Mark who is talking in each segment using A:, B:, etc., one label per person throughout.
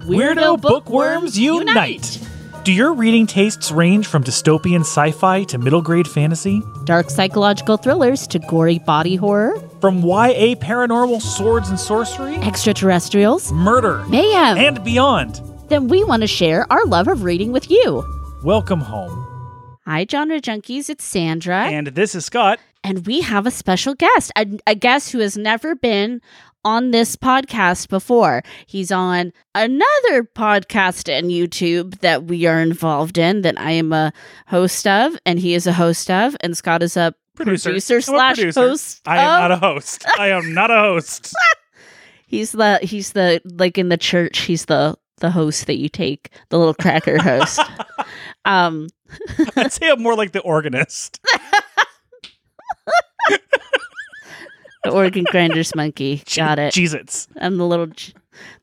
A: Weirdo Bookworms Unite! Do your reading tastes range from dystopian sci fi to middle grade fantasy?
B: Dark psychological thrillers to gory body horror,
A: From YA paranormal swords and sorcery,
B: extraterrestrials,
A: murder,
B: mayhem.
A: and beyond.
B: then we want to share our love of reading with you.
A: Welcome home.
B: Hi, genre junkies. It's Sandra.
A: And this is Scott.
B: and we have a special guest, a, a guest who has never been on this podcast before. He's on another podcast and YouTube that we are involved in, that I am a host of, and he is a host of, and Scott is a
A: Producer.
B: producer,
A: I'm a
B: slash
A: producer.
B: host.
A: I am
B: of.
A: not a host. I am not a host.
B: he's the he's the like in the church. He's the the host that you take, the little cracker host. um,
A: I'd say I'm more like the organist.
B: the organ grinder's monkey. Got it.
A: Jeez it's.
B: I'm the little, j-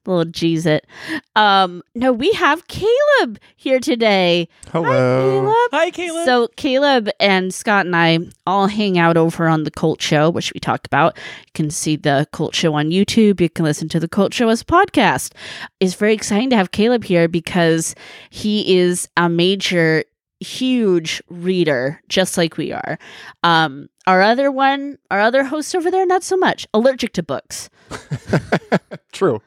B: the little G's it. Um, no, we have Caleb here today.
C: Hello.
A: Hi, Caleb.
B: So Caleb and Scott and I all hang out over on the Cult Show, which we talk about. You can see the Cult Show on YouTube. You can listen to the Cult Show as a podcast. It's very exciting to have Caleb here because he is a major, huge reader, just like we are. Um, our other one, our other host over there, not so much. Allergic to books.
C: True.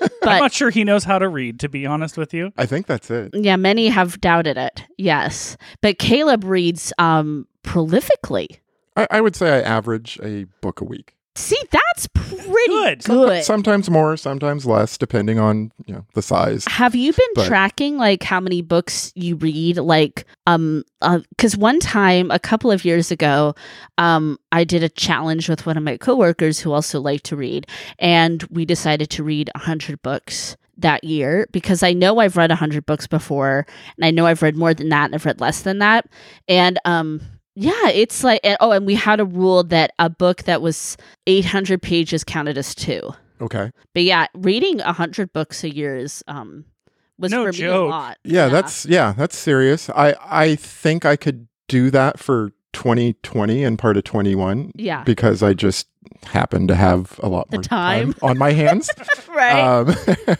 B: but-
A: I'm not sure he knows how to read, to be honest with you.
C: I think that's it.
B: Yeah, many have doubted it. Yes. But Caleb reads um prolifically.
C: I, I would say I average a book a week.
B: See, that's pretty
A: Good.
B: good.
C: Sometimes more, sometimes less, depending on you know the size.
B: Have you been
C: But-
B: tracking like how many books you read? Like, um, because one time a couple of years ago, um, I did a challenge with one of my coworkers who also liked to read, and we decided to read hundred books that year because I know I've read hundred books before, and I know I've read more than that, and I've read less than that, and um. Yeah, it's like and- oh, and we had a rule that a book that was 800 pages counted as two.
C: Okay.
B: But yeah, reading a hundred books a year is um was
A: No
B: for me
A: joke.
B: a lot.
C: Yeah, that's yeah, that's serious. I I think I could do that for 2020 and part of 21
B: yeah,
C: because I just happen to have a lot
B: The
C: more
B: time.
C: on my hands.
B: right.
C: uh, Um,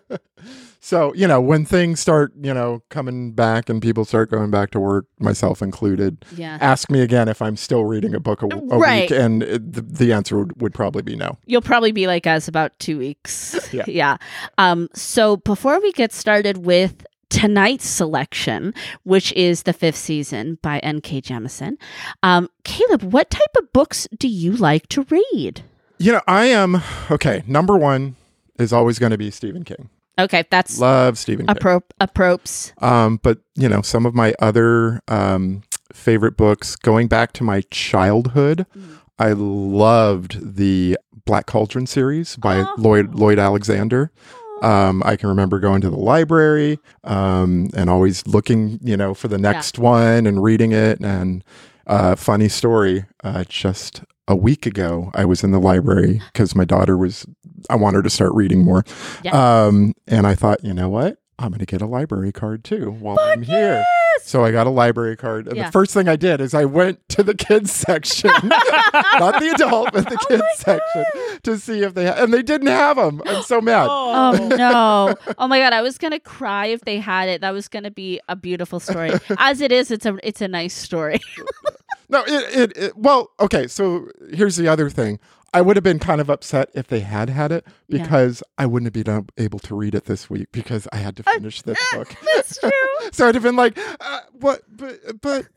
C: so you know when things start you know coming back and people start going back to work, myself included,
B: yeah,
C: ask me again if I'm still reading a book a, a
B: Right.
C: week, and it, the, the answer would, would probably be no.
B: you'll probably be like us about two weeks.
C: Yeah.
B: Um. So before we get started with tonight's selection, which is the fifth season by N.K. Jemison, um, Caleb, what type of books do you like to read?
C: You know, I am okay. Number one is always going to be Stephen King.
B: Okay, that's
C: Love Stephen King.
B: appro- appropes.
C: Um, but you know, some of my other um, favorite books, going back to my childhood, I loved the Black Cauldron series by
B: Oh.
C: Lloyd Lloyd Alexander. Um, I can remember going to the library um, and always looking, you know, for the next one and reading it. And uh, funny story, uh, just a week ago, I was in the library because my daughter was. I want her to start reading more.
B: Yeah.
C: Um, and I thought, you know what? I'm going to get a library card too while I'm here. So I got a library card. And
B: Yeah.
C: the first thing I did is I went to the kids section, not the adult, but
B: Oh
C: the kids section to see if they had, and they didn't have them. I'm so mad.
B: Oh no! Oh my god, I was gonna cry if they had it. That was gonna be a beautiful story. As it is, it's a it's a nice story.
C: No, it, it, it, well, okay. So here's the other thing. I would have been kind of upset if they had had it
B: Yeah.
C: because I wouldn't have been able to read it this week because I had to finish this book.
B: That's true.
C: So I'd have been like, uh, what, but, but,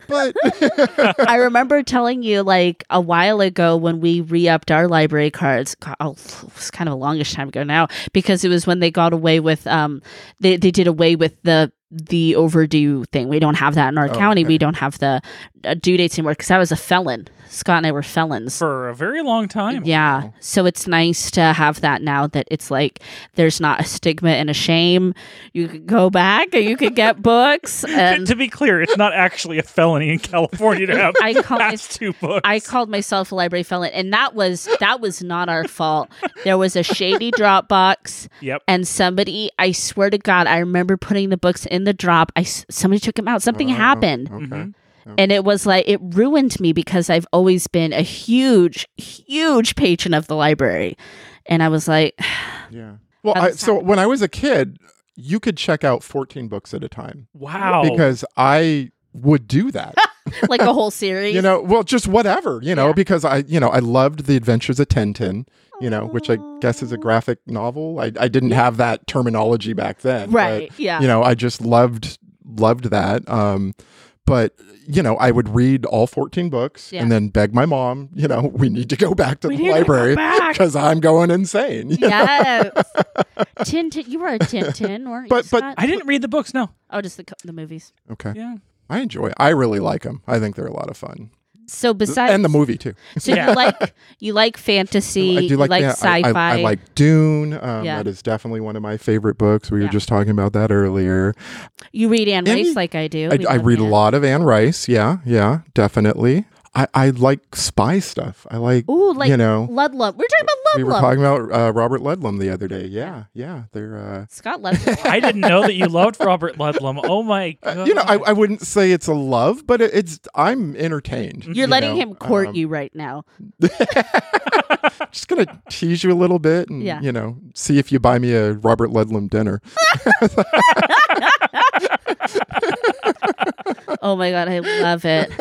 C: but.
B: I remember telling you like a while ago when we re-upped our library cards. God, oh, it was kind of a longish time ago now because it was when they got away with um they they did away with the the overdue thing. We don't have that in our
C: Oh,
B: county.
C: okay.
B: We don't have the uh, due dates anymore because I was a felon. Scott and I were felons.
A: For a very long time.
B: Yeah. So it's nice to have that now that it's like there's not a stigma and a shame. You could go back and you could get books.
A: To,
B: And
A: to be clear, it's not actually a felony in California to have
B: I call
A: past two books.
B: I called myself a library felon and that was that was not our fault. There was a shady Dropbox
A: yep.
B: and somebody I swear to god I remember putting the books in the drop. I s- somebody took them out. Something
C: Oh,
B: happened.
C: Okay.
A: Mhm.
B: And it was like it ruined me because I've always been a huge huge patron of the library. And I was like
C: Yeah. Well,
B: That
C: I,
B: sounds-
C: so when I was a kid, you could check out 14 books at a time
A: Wow.
C: because I would do that.
B: like a whole series.
C: you know, well, just whatever, you know,
B: Yeah.
C: because I, you know, I loved The Adventures of Tintin, you know, which I guess is a
B: Aw.
C: graphic novel. I, I didn't have that terminology back then. but,
B: right? yeah.
C: you know, I just loved loved that. Um, but you know, I would read all 14 books
B: Yeah.
C: and then beg my mom, you know, we need to go back to
A: We
C: the
A: need to go
C: library
A: back.
C: because I'm going insane. you know?
B: yes. Tintin, you were a Tintin, weren't
C: But-
B: you?
C: but-
B: Scott?
A: I didn't read the books. No.
B: oh, just the co- the movies.
C: Okay.
A: Yeah.
C: I enjoy. I really like them. I think they're a lot of fun.
B: So besides,
C: and the movie too.
B: So
A: Yeah.
B: you like you like fantasy?
C: I do
B: you
C: like,
B: like
C: that. I-
B: sci-fi.
C: I, I like Dune. Um,
B: Yeah.
C: That is definitely one of my favorite books. We were
B: Yeah.
C: just talking about that earlier.
B: you read Anne
C: Any-
B: Rice like I do.
C: I,
B: We
C: I
B: love
C: read a
B: Anne.
C: lot of Anne Rice. Yeah, yeah, definitely. I, I like spy stuff. I like,
B: Ooh, like
C: you know,
B: Ludlum. We're talking about Ludlum.
C: we were talking about uh, Robert Ludlum the other day. Yeah, yeah. They're, uh,
B: Scott Ludlum.
A: I didn't know that you loved Robert Ludlum. Oh my god.
C: you know, I, I wouldn't say it's a love, but it, it's I'm entertained.
B: You're
C: you
B: letting
C: know.
B: him court
C: Um,
B: you right now.
C: Just gonna tease you a little bit, and
B: Yeah.
C: you know, see if you buy me a Robert Ludlum dinner.
B: Oh my god, I love it.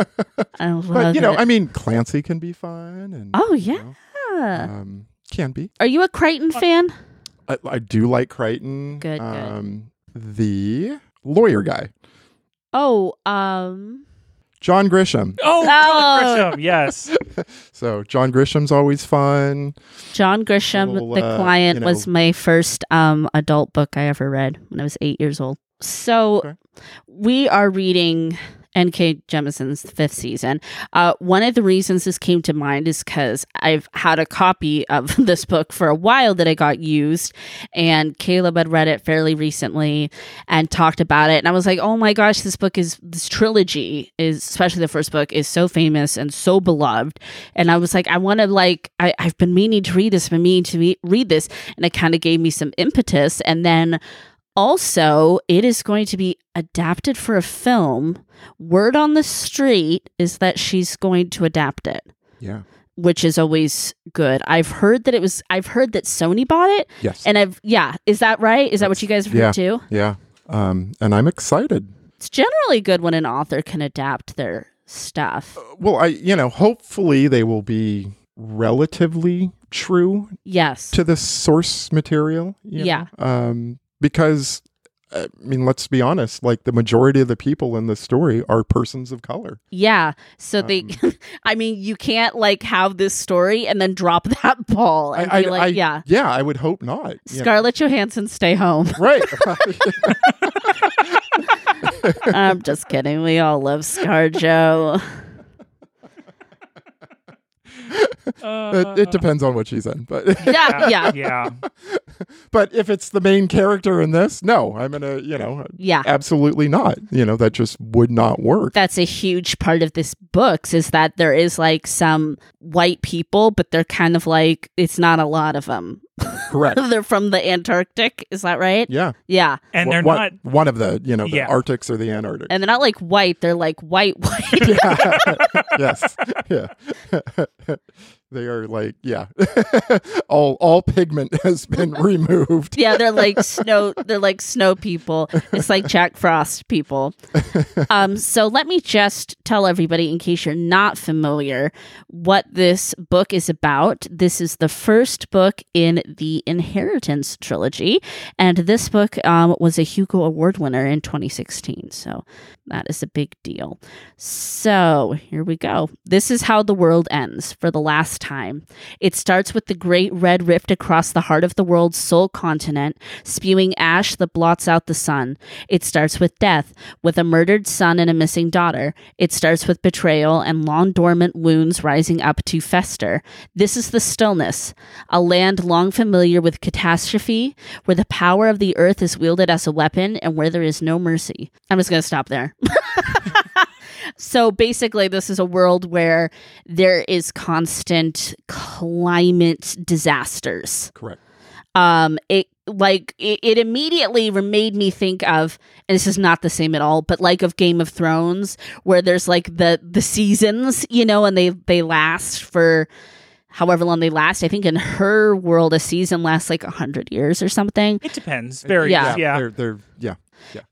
B: I love
C: But you know,
B: it.
C: I mean, Clancy can be fun, and
B: oh
C: you
B: yeah.
C: know, um, can be.
B: Are you a Crichton
C: Uh,
B: fan?
C: I, I do like Crichton.
B: Good, good.
C: Um, the lawyer guy,
B: Oh, um,
C: John Grisham.
A: Oh,
B: Oh.
A: Grisham, yes.
C: So John Grisham's always fun.
B: John Grisham,
C: Little,
B: The
C: uh,
B: Client,
C: you
B: was my first um adult book I ever read when I was eight years old. So
C: Okay.
B: we are reading N.K. Jemison's fifth season. Uh, one of the reasons this came to mind is because I've had a copy of this book for a while that I got used, and Caleb had read it fairly recently and talked about it. And I was like, oh my gosh, this book is, this trilogy is, especially the first book, is so famous and so beloved. And I was like, I want to, like, I, I've been meaning to read this, I've been meaning to me- read this. And it kind of gave me some impetus. And then also, it is going to be adapted for a film. Word on the street is that she's going to adapt it,
C: Yeah.
B: which is always good. I've heard that it was, I've heard that Sony bought it.
C: Yes.
B: And I've, yeah, is that right? Is that what you guys have
C: yeah.
B: heard too?
C: yeah. Um, and I'm excited.
B: It's generally good when an author can adapt their stuff.
C: Well, I you know, hopefully they will be relatively true
B: Yes.
C: to the source material. you know?
B: Yeah.
C: Um, because I mean, let's be honest. Like the majority of the people in this story are persons of color.
B: yeah. So they,
C: Um,
B: I mean, you can't like have this story and then drop that ball and be like, yeah,
C: yeah. I would hope not. you know.
B: Scarlett Johansson, stay home.
C: Right.
B: I'm just kidding. We all love ScarJo.
A: Uh,
C: Uh, it, it depends on what she's in, but
B: Yeah, yeah,
A: Yeah.
C: but if it's the main character in this, no, I'm gonna, you know,
B: yeah.
C: absolutely not. You know, that just would not work.
B: That's a huge part of this books is that there is like some white people, but they're kind of like it's not a lot of them.
C: Correct.
B: they're from the Antarctic, is that right?
C: Yeah.
B: Yeah.
A: And
C: Wha-
A: they're
C: one,
A: not
C: one of the, you know, the
A: Yeah.
C: Arctics or the Antarctic.
B: And they're not like white, they're like white white.
C: yes. Yeah. they are like, yeah. all all pigment has been removed.
B: yeah, they're like snow they're like snow people. It's like Jack Frost people. Um so let me just tell everybody in case you're not familiar what this book is about. This is the first book in the Inheritance trilogy and this book um, was a Hugo award winner in 2016. So that is a big deal. So here we go. This is how the world ends for the last time. It starts with the great red rift across the heart of the world's sole continent, spewing ash that blots out the sun. It starts with death, with a murdered son and a missing daughter. It starts with betrayal and long dormant wounds rising up to fester. This is the stillness, a land long familiar with catastrophe, where the power of the earth is wielded as a weapon and where there is no mercy. I'm just going to stop there. So basically, this is a world where there is constant climate disasters.
C: Correct.
B: Um, it like it, it immediately re- made me think of and this is not the same at all, but like of Game of Thrones, where there's like the the seasons, you know, and they they last for however long they last. I think in her world, a season lasts like 100 years or something.
A: It depends. Very
B: Yeah.
A: yeah.
C: They're, they're, yeah.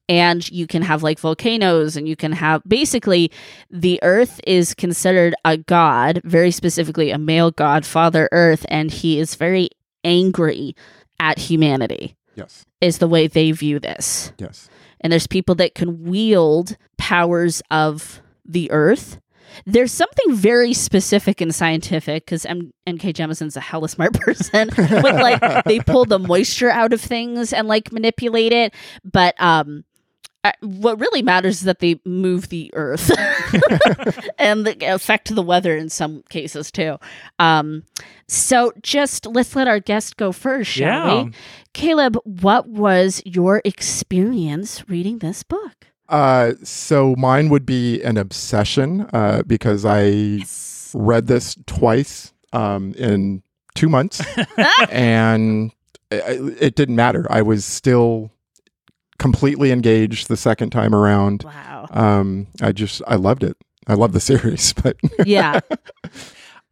B: And you can have like volcanoes, and you can have basically the earth is considered a god, very specifically a male god, Father Earth, and he is very angry at humanity,
C: Yes.
B: is the way they view this.
C: Yes.
B: and there's people that can wield powers of the earth. There's something very specific and scientific because M- N.K. Jemison's a hella smart person. with like they pull the moisture out of things and like manipulate it, but um, uh, what really matters is that they move the earth and they affect the weather in some cases too. Um, so just let's let our guest go first, shall
A: Yeah.
B: we? Caleb, what was your experience reading this book?
C: Uh, so mine would be an obsession uh, because I read this twice um, in two months, and I- I- it didn't matter. I was still completely engaged the second time around.
B: Wow.
C: Um, I just I loved it. I love the series, but
B: Yeah.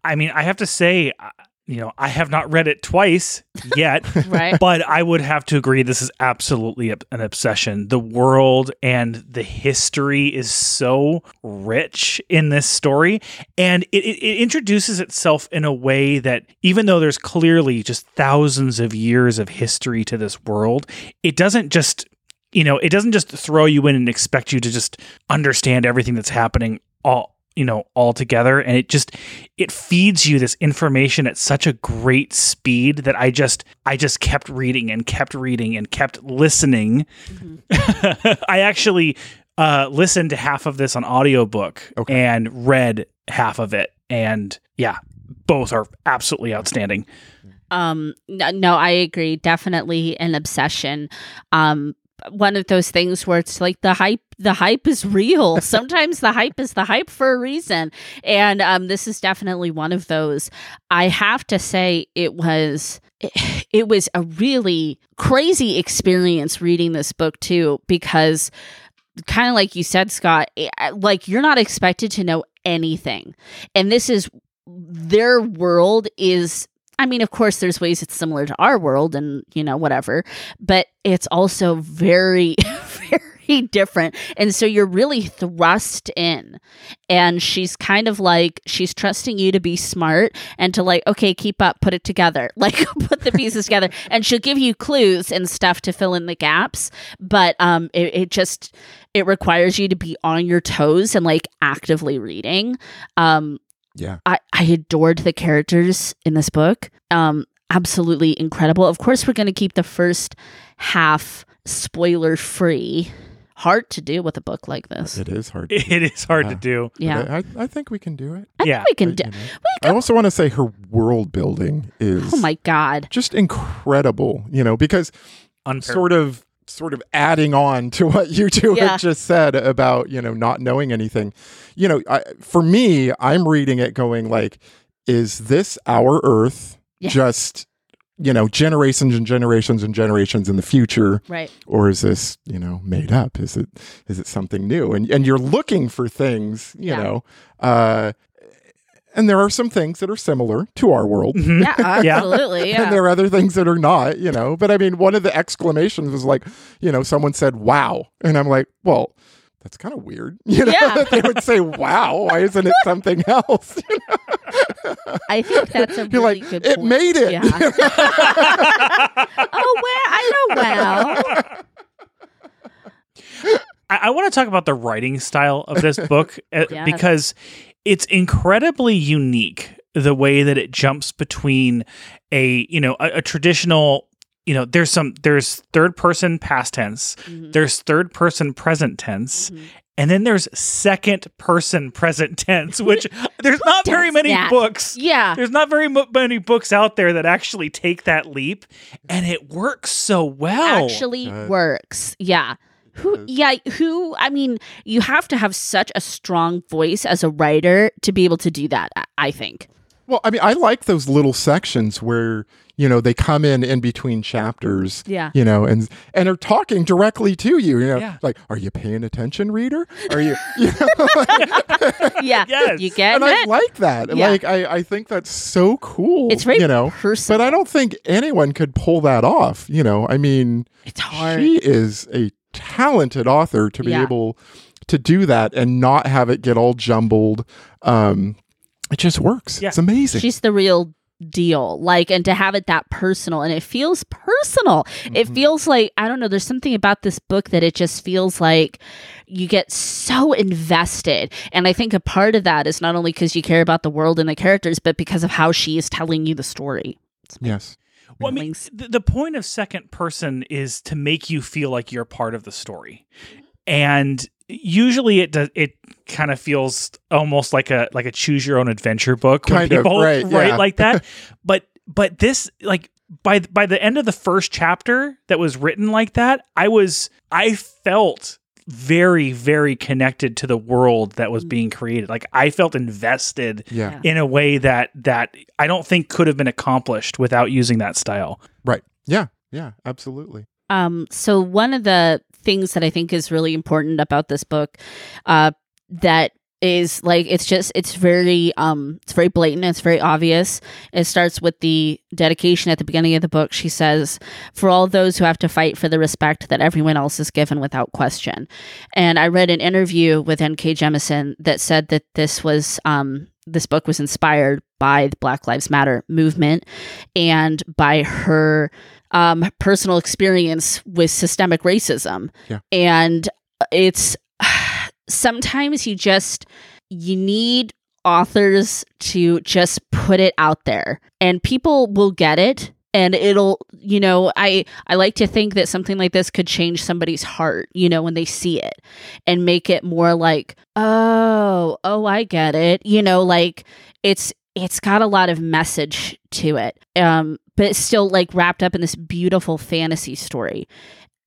A: I mean, I have to say, uh, you know, I have not read it twice yet,
B: Right.
A: but I would have to agree this is absolutely ob- an obsession. The world and the history is so rich in this story, and it, it, it introduces itself in a way that, even though there's clearly just thousands of years of history to this world, it doesn't just you know it doesn't just throw you in and expect you to just understand everything that's happening all you know all together and it just it feeds you this information at such a great speed that i just i just kept reading and kept reading and kept listening
B: Mm-hmm.
A: i actually uh listened to half of this on audiobook
C: Okay.
A: and read half of it and yeah both are absolutely outstanding
B: Um no, no, I agree. Definitely an obsession. Um one of those things where it's like the hype the hype is real. Sometimes the hype is the hype for a reason. And um this is definitely one of those. I have to say it was it, it was a really crazy experience reading this book too because kind of like you said, Scott, eh, like you're not expected to know anything. And this is their world is I mean, of course there's ways it's similar to our world and, you know, whatever, but it's also very very different. And so you're really thrust in. And she's kind of like she's trusting you to be smart and to like, okay, keep up, put it together. Like put the pieces together. And she'll give you clues and stuff to fill in the gaps. But um it, it just it requires you to be on your toes and like actively reading. Um,
C: yeah,
B: I, I adored the characters in this book. Um, absolutely incredible. Of course, we're going to keep the first half spoiler free. Hard to do with a book like this.
C: it is hard.
A: it is hard to
C: Yeah.
A: do
B: Yeah,
C: I, I think we can do it.
A: yeah
B: we can do.
C: You know? I also want to say her world building is
B: Oh my god!
C: just incredible. You know because
A: unfair.
C: sort of sort of adding on to what you two
B: Yeah.
C: have just said about you know not knowing anything you know I, for me i'm reading it going like is this our earth
B: Yeah.
C: just you know generations and generations and generations in the future
B: Right?
C: or is this you know made up is it is it something new and and you're looking for things you
B: Yeah.
C: know uh and there are some things that are similar to our world
A: Mhm.
B: Yeah,
A: Yeah.
B: absolutely. Yeah.
C: and there are other things that are not, you know. But I mean, one of the exclamations was like, you know, someone said, wow. And I'm like, well, that's kind of weird. You know,
B: Yeah.
C: that they would say, wow, why isn't it something else?
B: I think that's a
C: You're
B: really
C: like,
B: good.
C: it
B: point.
C: made it.
B: Yeah. oh well, I know well.
A: I, I want to talk about the writing style of this book uh,
B: Yes.
A: because it's incredibly unique the way that it jumps between a you know a, a traditional you know there's some there's third person past tense
B: Mhm.
A: there's third person present tense
B: Mhm.
A: and then there's second person present tense which there's not very
B: does
A: many
B: that?
A: books
B: Yeah,
A: there's not very mu- many books out there that actually take that leap and it works so well
B: actually
C: Uh,
B: works. Yeah. Who,
C: does.
B: yeah, who, I mean, you have to have such a strong voice as a writer to be able to do that, I- I think.
C: Well, I mean, I like those little sections where you know they come in in between chapters.
B: Yeah.
C: You know, and and are talking directly to you. You know,
A: Yeah.
C: like, are you paying attention, reader? Are you? you know,
B: yeah.
A: Yes.
B: You get
C: and I
B: it?
C: like that.
B: Yeah.
C: Like, I I think that's so cool.
B: it's very
C: you know.
B: personal.
C: But I don't think anyone could pull that off. You know, I mean,
B: It's hard.
C: she is a talented author to be
B: Yeah.
C: able to do that and not have it get all jumbled. Um, it just works.
A: Yeah.
C: It's amazing.
B: She's the real deal. Like, and to have it that personal, and it feels personal. It
C: Mhm.
B: feels like, I don't know, there's something about this book that it just feels like you get so invested. And I think a part of that is not only because you care about the world and the characters, but because of how she is telling you the story.
C: yes.
A: Well, I mean,
B: Links.
A: th- the point of second person is to make you feel like you're part of the story, and usually it does. It kind of feels almost like a like a choose your own adventure book, when
C: Kind of,
A: people
C: right,
A: write
C: yeah.
A: like that. but but this like by th- by the end of the first chapter that was written like that, I was I felt very very connected to the world that was
C: Mm.
A: being created. Like I felt invested
C: Yeah.
A: in a way that that I don't think could have been accomplished without using that style.
C: Right. Yeah. Yeah. Absolutely.
B: Um, so one of the things that I think is really important about this book, uh, that is like it's just it's very um it's very blatant it's very obvious it starts with the dedication at the beginning of the book she says for all those who have to fight for the respect that everyone else is given without question and i read an interview with nk jemison that said that this was um this book was inspired by the black lives matter movement and by her um, personal experience with systemic racism.
C: Yeah.
B: And it's sometimes you just you need authors to just put it out there and people will get it and it'll you know i i like to think that something like this could change somebody's heart you know when they see it and make it more like oh oh i get it you know like it's it's got a lot of message to it um but it's still like wrapped up in this beautiful fantasy story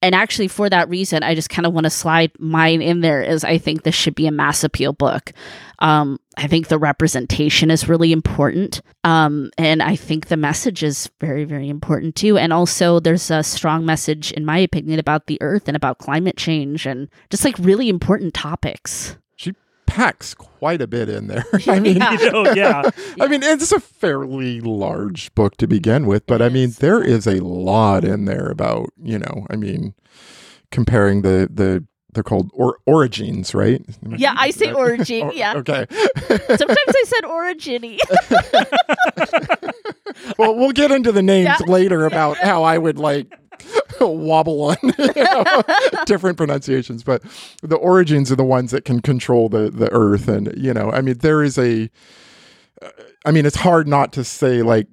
B: and actually for that reason i just kind of want to slide mine in there is i think this should be a mass appeal book um, i think the representation is really important um, and i think the message is very very important too and also there's a strong message in my opinion about the earth and about climate change and just like really important topics
C: She packs quite a bit in there. I mean,
B: Yeah.
A: You know, yeah.
C: I mean, it's a fairly large book to begin with, but I mean,
B: Yes.
C: there is a lot in there about you know, I mean, comparing the the they're called or, origins, right?
B: yeah i say
C: Uh,
B: origin
C: or-
B: yeah
C: Okay.
B: sometimes i said origin
C: well, we'll get into the names
B: Yeah.
C: later about how I would like wobble on you know, different pronunciations, but the origins are the ones that can control the the earth, and you know, I mean, there is a, uh, I mean, it's hard not to say like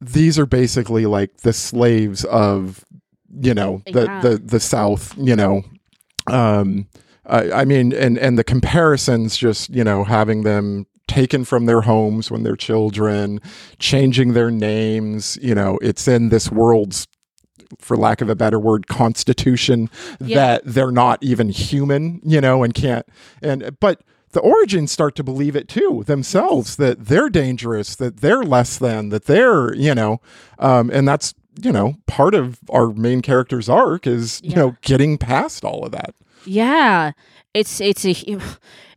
C: these are basically like the slaves of you know the
B: Yeah.
C: the the South, you know, um, I, I mean, and and the comparisons, just you know, having them taken from their homes when they're children, changing their names, you know, it's in this world's, for lack of a better word, constitution
B: Yeah.
C: that they're not even human, you know, and can't and but. The origins start to believe it too themselves that they're dangerous, that they're less than, that they're, you know, um, and that's, you know, part of our main character's arc is, you
B: Yeah.
C: know, getting past all of that.
B: Yeah, it's it's a hu-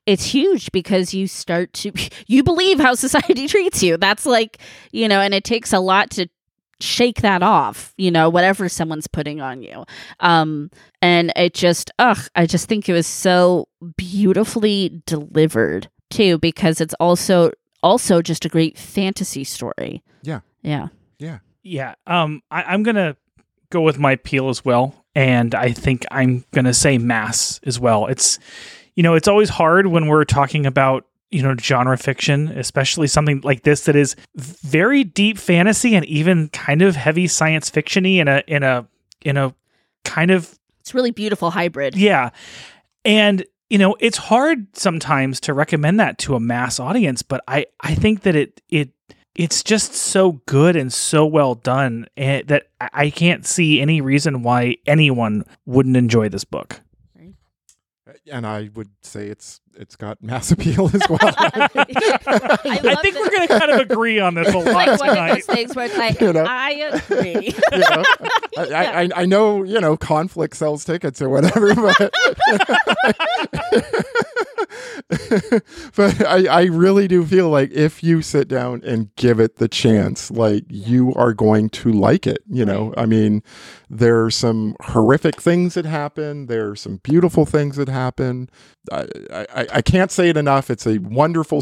B: it's huge because you start to you believe how society treats you. That's like you know, and it takes a lot to shake that off. You know, whatever someone's putting on you, um, and it just ugh, I just think it was so beautifully delivered too because it's also also just a great fantasy story.
C: Yeah.
B: yeah,
A: Yeah. Um, I, I'm gonna go with my peel as well, and I think I'm gonna say mass as well. It's, you know, it's always hard when we're talking about you know genre fiction, especially something like this that is very deep fantasy and even kind of heavy science fictiony in a in a in a kind of
B: it's really beautiful hybrid.
A: Yeah. And you know, it's hard sometimes to recommend that to a mass audience, but I I think that it it it's just so good and so well done and that I- I can't see any reason why anyone wouldn't enjoy this book.
C: and I would say it's it's got mass appeal as well.
B: I
A: I
B: love
A: think
B: that-
A: we're going to kind of agree on this a
B: It's
A: lot
B: like one of
A: tonight.
B: those things where it's like,
C: You know?
B: I agree.
C: You know? I, I, I- I know you know conflict sells tickets or whatever, but but I, I really do feel like if you sit down and give it the chance, like you are going to like it. You know, I mean, there are some horrific things that happen. There are some beautiful things that happen. I I, I- I can't say it enough. It's a wonderful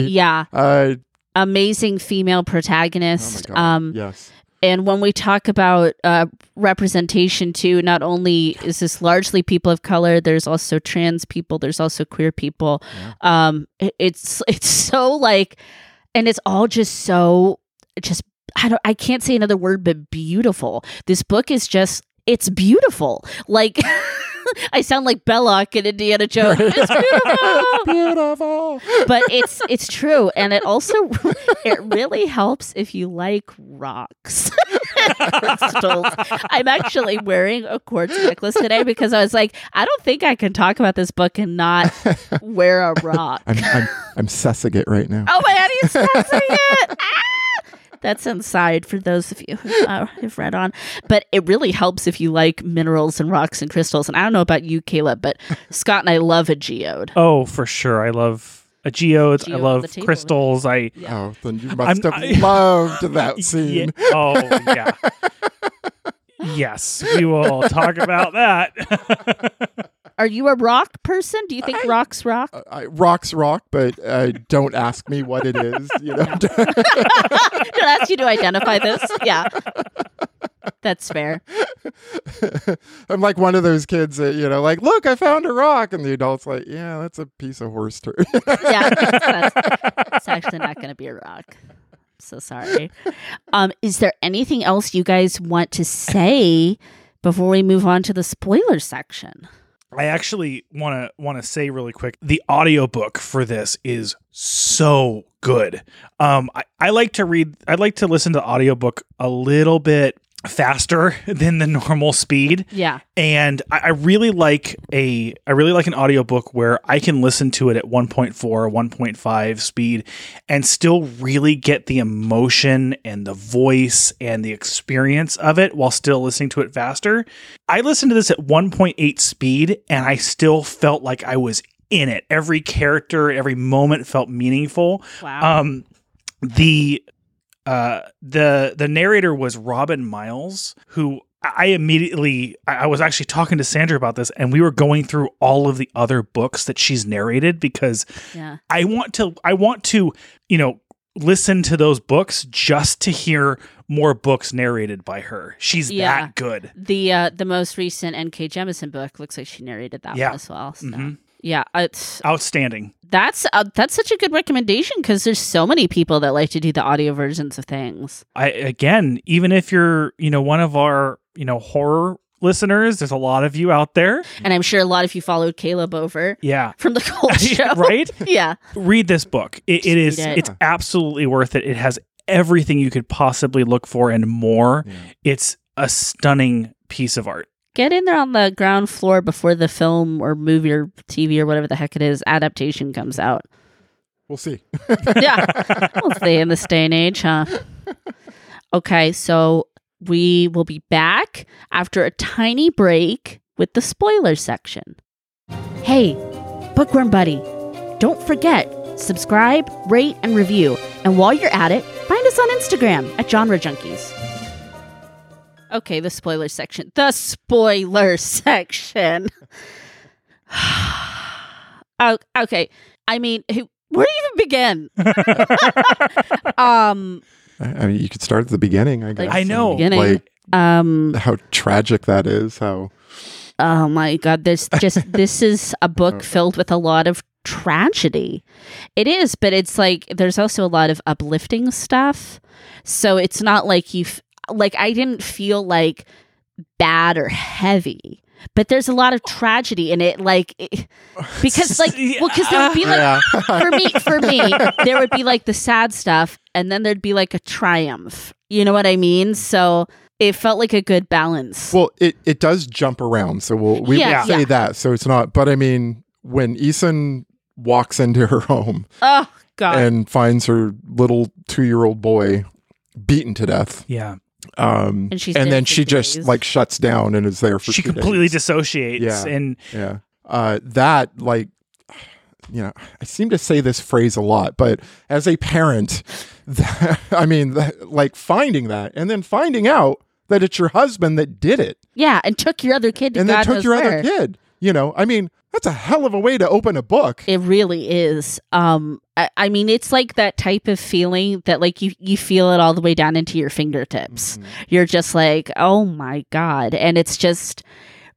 B: yeah.
C: Uh,
B: Amazing female
C: oh my
B: protagonist.
C: God.
B: um,
C: yes.
B: And when we talk about uh, representation, too, not only is this largely people of color, there's also trans people, there's also queer people. Um, it- it's it's so like, and it's all just so just I don't I can't say another word but beautiful. This book is just it's beautiful. Like I sound like Belloc in Indiana Jones. It's beautiful
C: Beautiful.
B: but it's it's true and it also it really helps if you like rocks crystals. i'm actually wearing a quartz necklace today because i was like i don't think i can talk about this book and not wear a rock
C: I'm I'm, I'm sussing it right now.
B: oh my god he's sensing it Ah! that's inside for those of you who uh, have read on but it really helps if you like minerals and rocks and crystals and i don't know about you caleb but scott and i love a geode
A: Oh, for sure. I love a geodes.
B: Geode
A: I
B: on
A: love
B: the table.
A: crystals. I
C: Oh, then you must
A: I'm-
C: have
A: I-
C: loved that scene.
A: Yeah. Oh, yeah. yes, we will talk about that.
B: Are you a rock person? Do you think rocks rock?
C: Uh, I, rocks rock, but uh, don't ask me what it is. You know,
B: Did I ask you to identify this? Yeah. That's fair.
C: I'm like one of those kids that you know, like, look, I found a rock, and the adult's like, yeah, that's a piece of horse turd.
B: Yeah. That's, it's actually not going to be a rock. So sorry. Um, is there anything else you guys want to say before we move on to the spoiler section?
A: I actually want to want to say really quick the audiobook for this is so good. Um I, I like to read I like to listen to audiobook a little bit faster than the normal speed
B: Yeah.
A: and I, I really like a I really like an audiobook where I can listen to it at 1.4 or 1.5 speed and still really get the emotion and the voice and the experience of it while still listening to it faster. I listened to this at 1.8 speed and I still felt like I was in it. Every character, every moment felt meaningful.
B: Wow.
A: Um, the uh, the the narrator was Robin Miles, who I immediately I I was actually talking to Sandra about this, and we were going through all of the other books that she's narrated because
B: yeah.
A: I want to I want to you know listen to those books just to hear more books narrated by her. She's
B: Yeah.
A: that good.
B: The uh, the most recent N.K. Jemisin book looks like she narrated that
A: Yeah.
B: one as well. So.
A: Mhm.
B: Yeah, uh, it's
A: Outstanding.
B: that's uh, that's such a good recommendation because there's so many people that like to do the audio versions of things.
A: I again, even if you're you know one of our you know horror listeners, there's a lot of you out there.
B: And I'm sure a lot of you followed Caleb over
A: Yeah.
B: from the cold show.
A: right?
B: Yeah.
A: read this book. It, it is
B: Just read
C: it.
A: it's absolutely worth it. It has everything you could possibly look for and more.
C: Yeah.
A: It's a stunning piece of art.
B: Get in there on the ground floor before the film or movie or TV or whatever the heck it is adaptation comes out.
C: We'll see.
B: Yeah. we'll see in this day and age, huh? Okay, so we will be back after a tiny break with the spoiler section. Hey, Bookworm Buddy, don't forget, subscribe, rate, and review. And while you're at it, find us on Instagram at Genre Junkies. Okay, the spoiler section. The spoiler section. Oh, okay, I mean, who- where do you even begin? um,
C: I I mean, you could start at the beginning. I guess.
A: I know.
B: beginning.
C: like
B: um,
C: how tragic that is. How
B: oh my god there's just this is a book filled with a lot of tragedy it is but it's like there's also a lot of uplifting stuff so it's not like you f- like i didn't feel like bad or heavy but there's a lot of tragedy in it like it- because like well because there would be like
C: yeah,
B: for me for me there would be like the sad stuff and then there'd be like a triumph you know what i mean so it felt like a good balance.
C: Well, it, it does jump around, so we'll we
B: Yeah,
C: will say
B: yeah.
C: that. So it's not. But I mean, when Eason walks into her home
B: oh god.
C: and finds her little two year old boy beaten to death,
A: Yeah.
C: um,
B: And she's
C: and
B: there
C: then
B: for
C: she just
B: days.
C: like shuts down and is there for
A: she
C: two
A: completely
C: days.
A: dissociates
C: Yeah.
A: and
C: yeah uh, that like you know I seem to say this phrase a lot, but as a parent, that, I mean, that, like finding that and then finding out that it's your husband that did it.
B: yeah, and took your other kid to
C: and
B: God
C: then took
B: knows
C: your
B: where.
C: other kid. You know, I mean, that's a hell of a way to open a book.
B: It really is. Um, I, I mean, it's like that type of feeling that like you you feel it all the way down into your fingertips. You're just like, oh my god, and it's just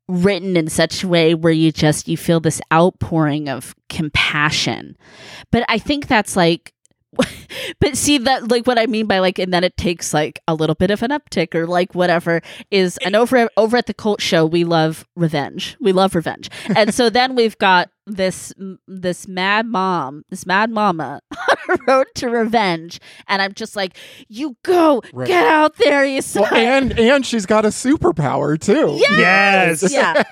B: written in such a way where you just you feel this outpouring of compassion. But I think that's like. But see that like what I mean by like and then it takes like a little bit of an uptick or like whatever is and over over at the cult show we love revenge. We love revenge. And so then we've got this this mad mom, this mad mama on a road to revenge and I'm just like you go
C: Right.
B: get out there you son.
C: Well, and and she's got a superpower too.
B: Yeah.
A: yes,
B: yeah.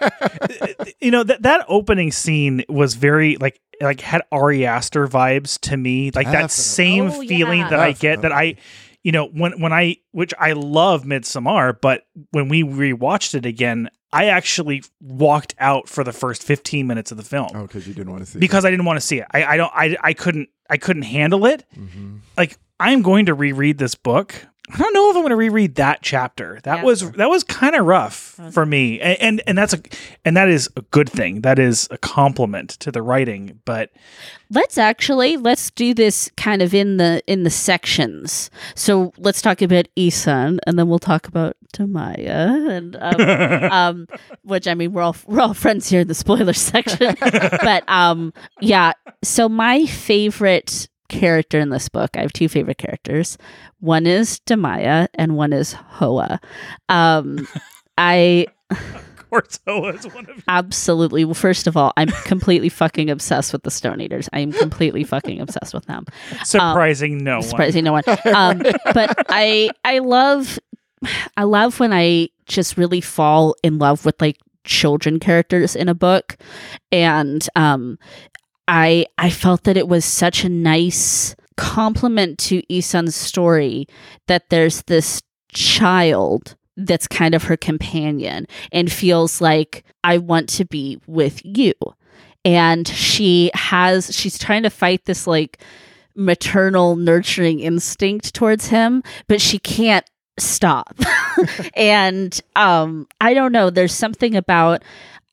A: you know that that opening scene was very like like had Ari Aster vibes to me like
C: Definitely.
A: that same
B: Oh,
A: feeling
B: yeah.
A: that I get that I
C: Definitely.
A: you know when when I which I love Midsommar but when we rewatched it again I actually walked out for the first 15 minutes of the film
C: Oh, because you didn't want to see.
A: because I didn't want to see it I I don't I I couldn't I couldn't handle it
C: hmm
A: like I'm going to reread this book. I don't know if I'm going to reread that chapter. That
B: Yeah.
A: was that was kind of rough for me, and, and and that's a and that is a good thing. That is a compliment to the writing. But
B: let's actually let's do this kind of in the in the sections so let's talk about isan and then we'll talk about tamaya and um, um which i mean we're all we're all friends here in the spoiler section but um yeah so my favorite character in this book i have two favorite characters one is tamaya and one is hoa um i
A: Corto is one of
B: Absolutely. Well, first of all, I'm completely fucking obsessed with the Stone Eaters. I am completely fucking obsessed with them.
A: surprising no one.
B: Surprising no one. Um, but I I love I love when I just really fall in love with like children characters in a book, and um, I I felt that it was such a nice compliment to Isan's story that there's this child that's kind of her companion and feels like I want to be with you. And she has she's trying to fight this like maternal nurturing instinct towards him, but she can't stop. and um I don't know, there's something about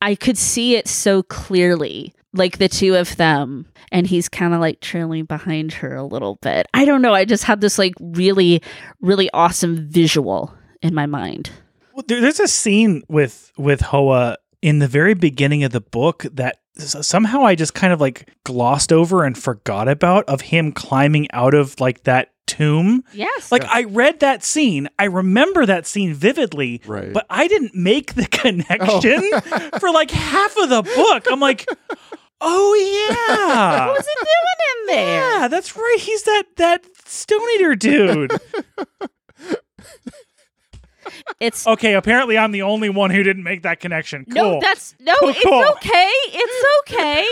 B: I could see it so clearly. Like the two of them, and he's kind of like trailing behind her a little bit. I don't know. I just had this like really, really awesome visual in my mind.
A: Well, there, there's a scene with with Hoa in the very beginning of the book that s- somehow I just kind of like glossed over and forgot about of him climbing out of like that tomb.
B: Yes.
A: Like I read that scene, I remember that scene vividly,
C: Right. Oh.
A: but I didn't make the connection for like half of the book. I'm like, oh yeah.
B: What was he doing in there?
A: yeah, that's right. He's that that stone eater dude.
B: It's
A: Okay, apparently I'm the only one who didn't make that connection. Oh, Cool.
B: no, that's no,
A: Cool,
B: it's
A: cool.
B: okay. It's okay.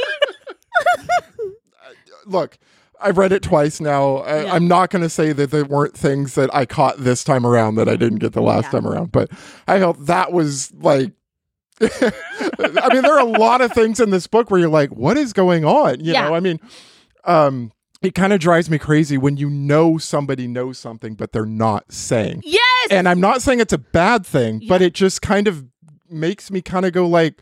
C: Look, I've read it twice now. I,
B: Yeah.
C: I'm not going to say that there weren't things that I caught this time around that I didn't get the last
B: Yeah.
C: time around, but I felt that was like. I mean, there are a lot of things in this book where you're like, "What is going on?" You
B: Yeah.
C: know, I mean, um, it kind of drives me crazy when you know somebody knows something but they're not saying.
B: yes.
C: and I'm not saying it's a bad thing, but it just kind of makes me kind of go like,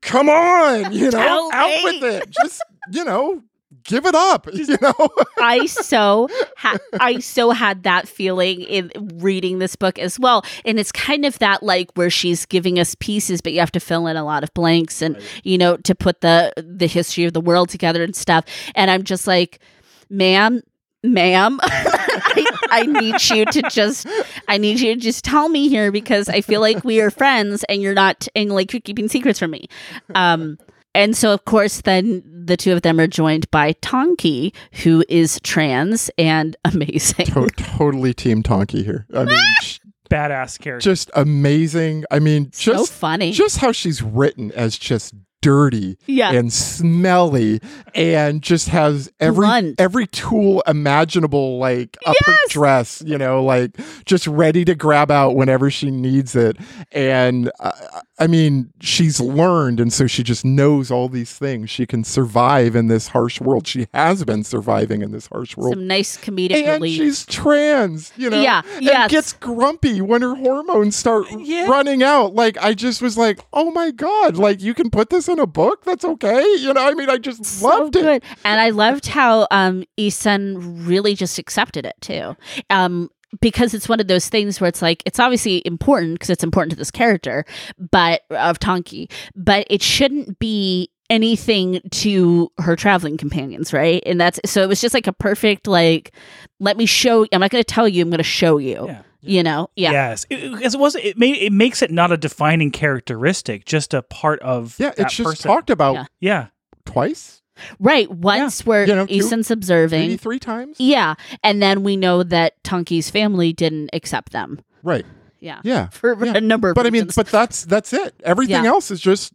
C: "Come on, you know,
B: Tell
C: out
B: me."
C: with it. Just you know, give it up. You know,
B: I so ha- I so had that feeling in reading this book as well, and it's kind of that like where she's giving us pieces, but you have to fill in a lot of blanks, and you know to put the the history of the world together and stuff. And I'm just like, ma'am, ma'am, I, I need you to just I need you to just tell me here because I feel like we are friends, and you're not and like you're keeping secrets from me. Um, and so, of course, then the two of them are joined by Tonki, who is trans and amazing.
C: To- totally team Tonki here. I mean, sh-
A: badass character.
C: Just amazing. I mean,
B: so
C: just
B: funny.
C: just how she's written as just dirty
B: yeah.
C: and smelly and just has every
B: Blunt.
C: every tool imaginable like up her dress you know like just ready to grab out whenever she needs it and uh, i mean she's learned and so she just knows all these things she can survive in this harsh world she has been surviving in this harsh world
B: Some nice comedic
C: and
B: relief.
C: she's trans, you know.
B: Yeah,
C: and
B: yes.
C: gets grumpy when her hormones start
A: Yeah.
C: running out. Like I just was like, oh my god, like you can put this in a book. That's okay, you know. I mean, I just loved
B: so good.
C: it.
B: And I loved how um Isan really just accepted it too. Um because it's one of those things where it's like it's obviously important because it's important to this character, but of Tonki, but it shouldn't be anything to her traveling companions, right? And that's so it was just like a perfect like let me show I'm not going to tell you, I'm going to show you.
A: Yeah.
B: You know? Yeah.
A: Yes, because it, was it made it makes it not a defining characteristic, just a part of
C: Yeah,
A: that
C: it's just
A: person.
C: talked about
B: Yeah.
A: Yeah,
C: twice,
B: Right, once where
C: You know, two-
B: Isan's
C: maybe
B: observing.
C: three times.
B: Yeah, and then we know that Tonki's family didn't accept them.
C: Right.
B: Yeah.
C: Yeah.
B: For
C: Yeah.
B: a number of
C: But I mean,
B: reasons.
C: but that's that's it. Everything
B: Yeah.
C: else is just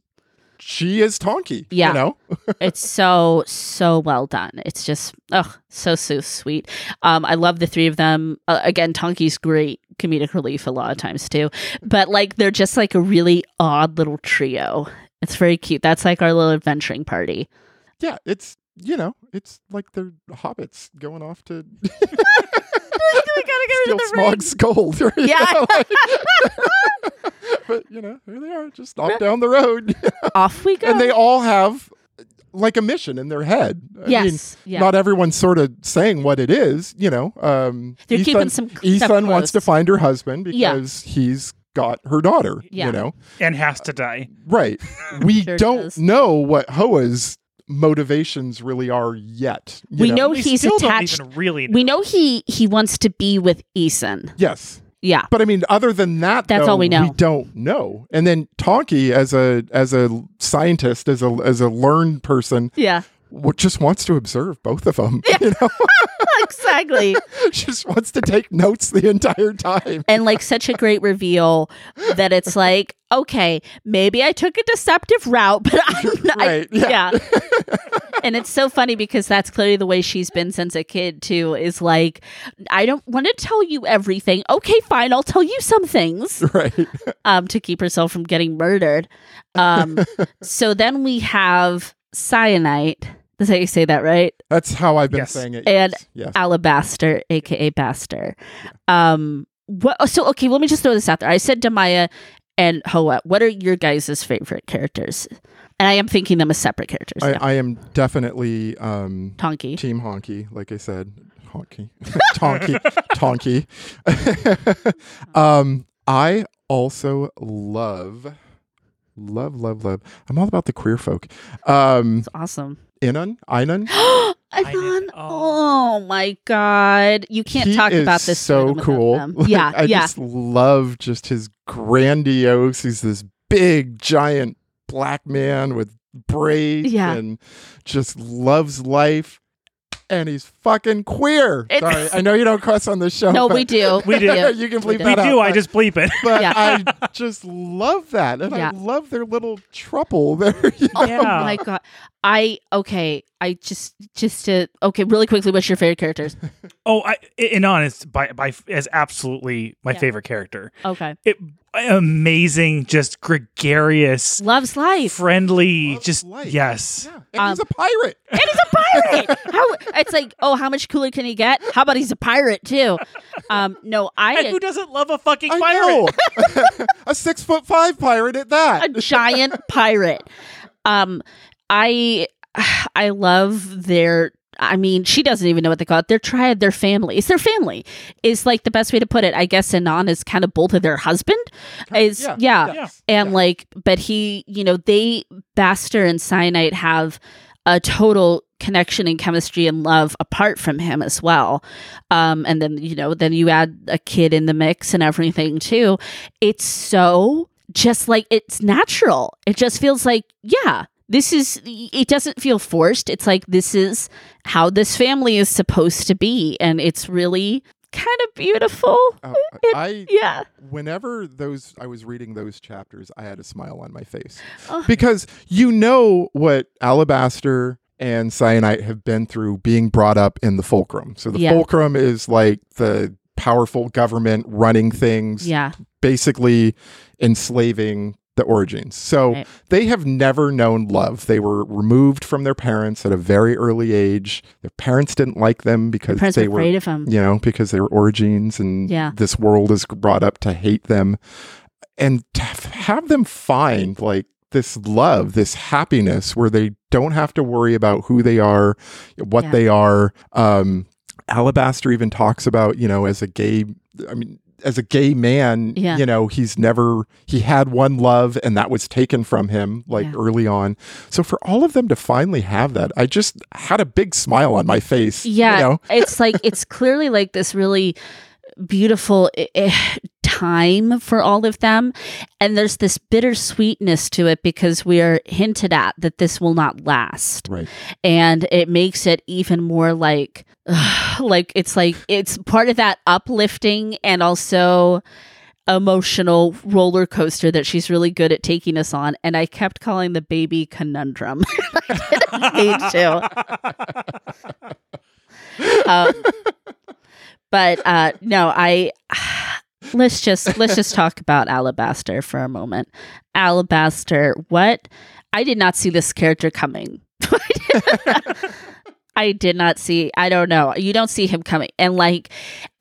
C: she is Tonki.
B: Yeah.
C: You know.
B: it's so, so well done. It's just, oh, so, so sweet. Um, I love the three of them. Uh, again, Tonki's great comedic relief a lot of times too. But like, they're just like a really odd little trio. It's very cute. That's like our little adventuring party.
C: Yeah. It's you know, it's like they're hobbits going off to steal Smog's gold. Right? You
B: Yeah.
C: know, like- but you know, here they are, just up down the road,
B: Off we go.
C: and they all have like a mission in their head. I mean,
B: yes. yeah.
C: Not everyone's sort of saying what it is, you know. Um,
B: They're
C: Ethan,
B: keeping some c- stuff
C: Ethan wants to
B: close.
C: find her husband
B: Yeah.
C: because he's got her daughter.
B: Yeah.
C: You know,
A: and has to die.
C: right? We
B: Sure
C: don't
B: does.
C: know what Hoa's motivations really are yet. you
B: we know,
A: We
B: Oh, he's
A: still
B: attached.
A: Don't even really.
B: We know he he wants to be with Eason.
C: Yes.
B: Yeah.
C: But I mean, other than that,
B: That's
C: though,
B: all we know.
C: don't know. And then Tonki, as a as a scientist, as a as a learned person,
B: Yeah.
C: w- just wants to observe both of them. You know,
B: exactly.
C: just wants to take notes the entire time.
B: and like such a great reveal that it's like okay maybe i took a deceptive route but i'm not
C: Right, yeah.
B: yeah. and it's so funny because that's clearly the way she's been since a kid too is like i don't want to tell you everything okay fine i'll tell you some things
C: Right.
B: um, to keep herself from getting murdered um, so then we have cyanite that's how you say that right
C: That's how I've been
A: Yes.
C: saying it.
B: And-
C: yes. yes.
B: Alabaster, aka Baster. Um, what? oh, So okay, let me just throw this out there. I said Demaya and Hoa. What are your guys' favorite characters? And I am thinking them as separate characters.
C: I,
B: now.
C: I am definitely um,
B: Tonki.
C: team honky, like I said, honky, tonky, tonky. um, I also love, love, love, love. I'm all about the queer folk. Um,
B: It's awesome.
C: Inan, Inan.
B: Anon. Oh my god. You can't
C: he
B: talk
C: is
B: about this.
C: So
B: without
C: cool.
B: them.
C: Like,
B: yeah.
C: I
B: yeah.
C: just love just his grandiose. He's this big, giant black man with braids
B: Yeah.
C: and just loves life. And he's fucking queer.
B: It's-
C: Sorry, I know you don't cuss on this show.
B: no,
C: but-
B: we do.
A: We do.
B: Yeah.
C: you can
B: We
C: bleep
B: do.
A: we
C: that out.
A: do. I
C: but-
A: just bleep it.
C: but
B: Yeah.
C: I just love that, and
B: Yeah.
C: I love their little trouble there. you know?
A: yeah.
B: Oh my god. I okay. I just just to okay, really quickly, what's your favorite characters?
A: Oh, I, in honest, by by is absolutely my
B: Yeah.
A: favorite character.
B: Okay.
A: It amazing, just gregarious,
B: Loves life.
A: friendly,
C: Loves
A: just
C: life.
A: yes.
C: Yeah, and he's
B: Um,
C: a pirate.
B: pirate. How it's like, oh, how much cooler can he get? How about he's a pirate too? Um, no,
A: And
B: I
A: who doesn't love a fucking
C: I
A: pirate?
C: know. a six foot five pirate at
B: a
C: that.
B: giant pirate. Um, I I love their. I mean, she doesn't even know what they call it. Their triad, their family. It's their family. Is like the best way to put it. I guess Anon is kind of both of their husband. Is yeah.
A: Yes.
B: And
C: Yeah.
B: like, but he, you know, they Baster and Cyanite have a total connection and chemistry and love apart from him as well. Um, and then you know, then you add a kid in the mix and everything too. It's so just like it's natural. It just feels like yeah. This is, it doesn't feel forced. It's like, this is how this family is supposed to be. And it's really kind of beautiful.
C: Uh,
B: It-
C: I
B: yeah.
C: whenever those I was reading those chapters, I had a smile on my face
B: Oh.
C: because you know what alabaster and cyanite have been through being brought up in the fulcrum. So the
B: Yeah.
C: fulcrum is like the powerful government running things,
B: Yeah.
C: basically enslaving the origins. So
B: Right.
C: they have never known love. They were removed from their parents at a very early age. Their parents didn't like them because
B: Parents
C: they
B: were
C: were
B: afraid of him.
C: you know, because they were origins and
B: Yeah.
C: this world is brought up to hate them. And to f- have them find like this love, this happiness where they don't have to worry about who they are, what
B: Yeah.
C: they are. Um, Alabaster even talks about, you know, as a gay, I mean, as a gay man,
B: Yeah.
C: you know, he's never, he had one love and that was taken from him like
B: Yeah.
C: early on. So for all of them to finally have that, I just had a big smile on my face.
B: Yeah.
C: You know?
B: it's like it's clearly like this really beautiful eh, eh, time for all of them and there's this bittersweetness to it because we are hinted at that this will not last
C: Right.
B: and it makes it even more like like it's like it's part of that uplifting and also emotional roller coaster that she's really good at taking us on and i kept calling the baby conundrum I didn't mean to um, but uh, no, I let's just let's just talk about Alabaster for a moment. Alabaster, what? I did not see this character coming. I did not see. I don't know. You don't see him coming, and like,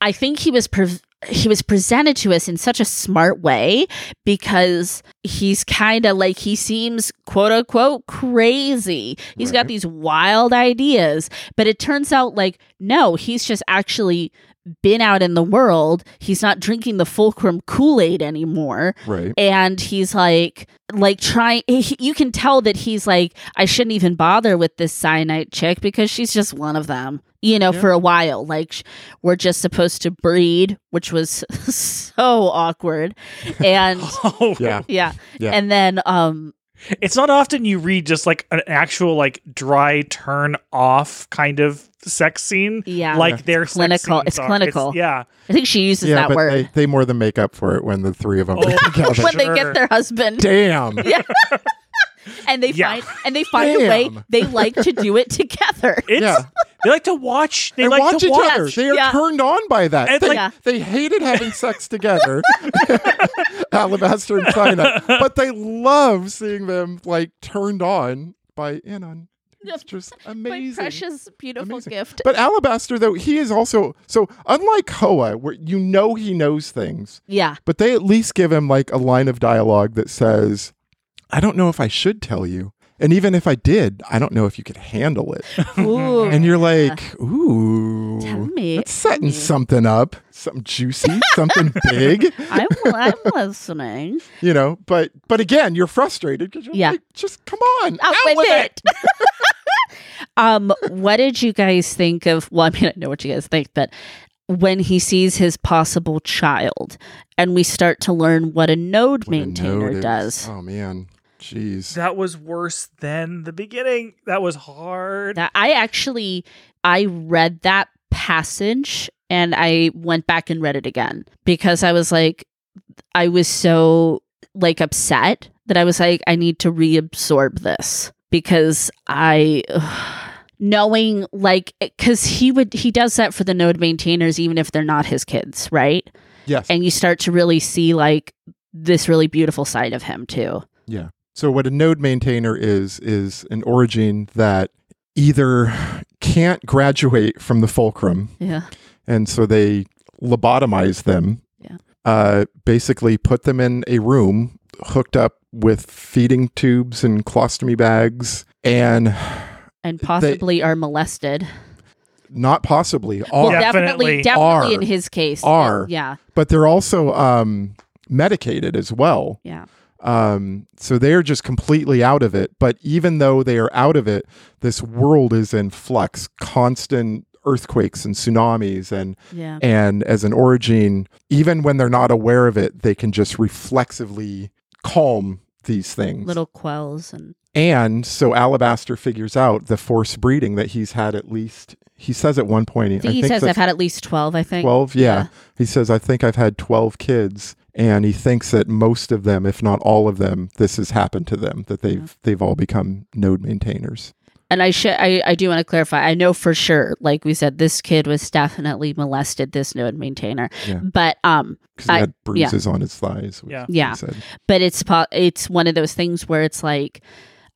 B: I think he was. Pre- he was presented to us in such a smart way because he's kind of like he seems quote unquote crazy. He's got
C: Right.
B: these wild ideas, but it turns out like no, he's just actually been out in the world. He's not drinking the fulcrum Kool-Aid anymore
C: Right.
B: and he's like like trying you can tell that he's like i shouldn't even bother with this cyanite chick because she's just one of them you know
C: Yeah.
B: for a while like sh- we're just supposed to breed which was so awkward and
A: Oh,
C: Yeah.
B: yeah.
C: Yeah.
B: and then um
A: It's not often you read just like an actual like dry turn off kind of sex scene.
B: yeah
A: Like their sex
B: clinical.
A: scenes
B: It's
A: are.
B: clinical.
A: yeah.
B: i think she uses that
C: but
B: word
C: They, they more than make up for it when the three of them
A: Oh,
C: are together.
B: when they
A: Sure.
B: get their husband
C: Damn.
B: and they
A: Yeah.
B: find and they find a way
C: Damn.
B: they like to do it together
A: It's
C: Yeah.
A: they like to watch. They,
C: They
A: like
C: watch
A: to
C: each
A: watch.
C: other. They are
B: Yeah.
C: turned on by that.
A: It's
C: They,
A: like-
B: Yeah.
C: they hated having sex together, Alabaster and China, but they love seeing them like turned on by Anon. It's just
B: my
C: amazing.
B: precious beautiful
C: Amazing.
B: gift
C: But Alabaster, though, he is also so unlike Hoa, where you know he knows things,
B: yeah
C: but they at least give him like a line of dialogue that says, I don't know if I should tell you. And even if I did, I don't know if you could handle it.
B: Ooh.
C: And you're like, ooh,
B: Tell me.
C: that's setting
B: me.
C: something up, something juicy, something big,
B: I'm, I'm listening.
C: you know. But but again, you're frustrated because you're
B: Yeah.
C: like, just come on,
B: Out with it. um, what did you guys think of? Well, I mean, I know what you guys think, but when he sees his possible child, and we start to learn what a node
C: What a
B: maintainer
C: note is.
B: does.
C: Oh man, jeez.
A: That was worse than the beginning. That was hard.
B: That I actually I read that passage and I went back and read it again because I was like I was so like upset that I was like I need to reabsorb this because I knowing like cuz he would he does that for the node maintainers even if they're not his kids, right?
C: Yes.
B: And you start to really see like this really beautiful side of him too.
C: So what a node maintainer is is an origin that either can't graduate from the fulcrum
B: Yeah.
C: and so they lobotomize them.
B: Yeah.
C: Uh, basically, put them in a room hooked up with feeding tubes and colostomy bags, and
B: And possibly are molested.
C: not possibly
B: Well,
C: are,
A: Yeah.
B: definitely,
A: Definitely.
B: definitely
C: Are.
B: in his case. Oh,
C: Are.
B: Yeah,
C: but they're also um, medicated as well.
B: yeah.
C: Um, so they're just completely out of it. But even though they are out of it, this world is in flux, constant earthquakes and tsunamis and
B: Yeah.
C: and as an origin even when they're not aware of it they can just reflexively calm these things
B: Little quells and
C: And so Alabaster figures out the forced breeding that he's had at least, he says at one point,
B: I think he says I've had at least 12, I think.
C: 12, yeah. He says, I think I've had 12 kids. And he thinks that most of them, if not all of them, this has happened to them, that they've, they've all become node maintainers.
B: And I should I, I do want to clarify. I know for sure, like we said, this kid was definitely molested this node maintainer.
C: Yeah.
B: But um
C: Because he
B: I-
C: had
B: yeah.
C: bruises on his thighs. which
A: Yeah.
C: he
B: Yeah.
C: said.
B: but it's po- it's one of those things where it's like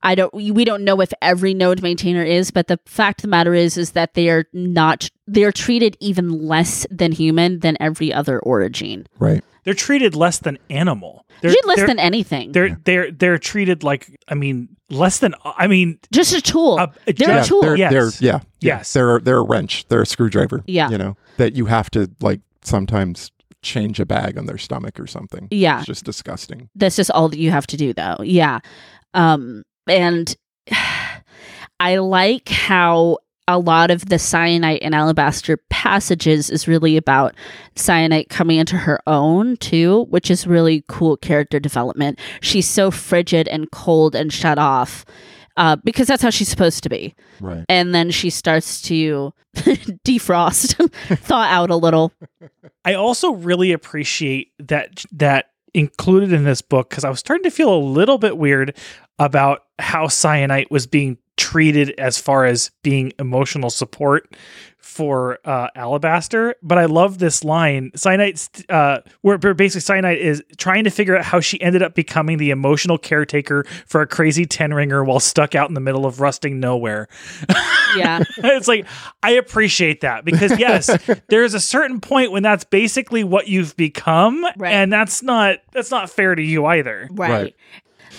B: I don't we we don't know if every node maintainer is, but the fact of the matter is is that they are not they're treated even less than human than every other origin.
C: Right.
A: They're treated less than animal. They're,
B: treated less
A: they're,
B: than anything.
A: They're they're they're treated like I mean less than I mean
B: Just a tool.
A: a, a
B: They're a
A: yeah,
B: tool.
C: They're,
A: Yes.
C: they're, yeah. yeah.
A: Yes.
C: They're, they're a wrench. They're a screwdriver.
B: Yeah.
C: You know, that you have to like sometimes change a bag on their stomach or something.
B: yeah.
C: It's just disgusting.
B: that's just all that you have to do though yeah um and i like how a lot of the cyanite and alabaster passages is really about cyanite coming into her own too which is really cool character development she's so frigid and cold and shut off uh, because that's how she's supposed to be
C: Right.
B: and then she starts to defrost thaw out a little
A: I also really appreciate that that included in this book because I was starting to feel a little bit weird about how cyanite was being treated as far as being emotional support for uh, alabaster but i love this line cyanite uh, where where basically cyanite is trying to figure out how she ended up becoming the emotional caretaker for a crazy ten ringer while stuck out in the middle of rusting nowhere
B: yeah
A: it's like I appreciate that because yes, there is a certain point when that's basically what you've become,
B: Right.
A: and that's not that's not fair to you either.
B: Right.
C: Right.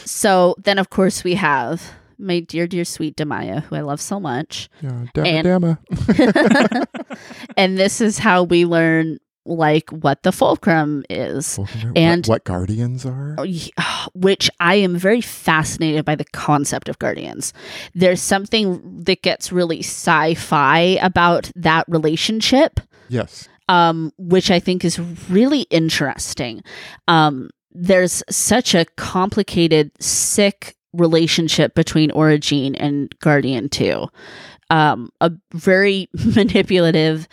B: So then, of course, we have my dear, dear, sweet Demaya, who I love so much.
C: Yeah.
B: And-
C: Damma, damma.
B: And this is how we learn, like, what the fulcrum is.
C: Well, you know,
B: And-
C: what, what guardians are.
B: Oh, ye- Which I am very fascinated by the concept of guardians. There's something that gets really sci fi about that relationship.
C: Yes.
B: um, which I think is really interesting. Um, there's such a complicated, sick relationship between Origin and Guardian too. Um, a very manipulative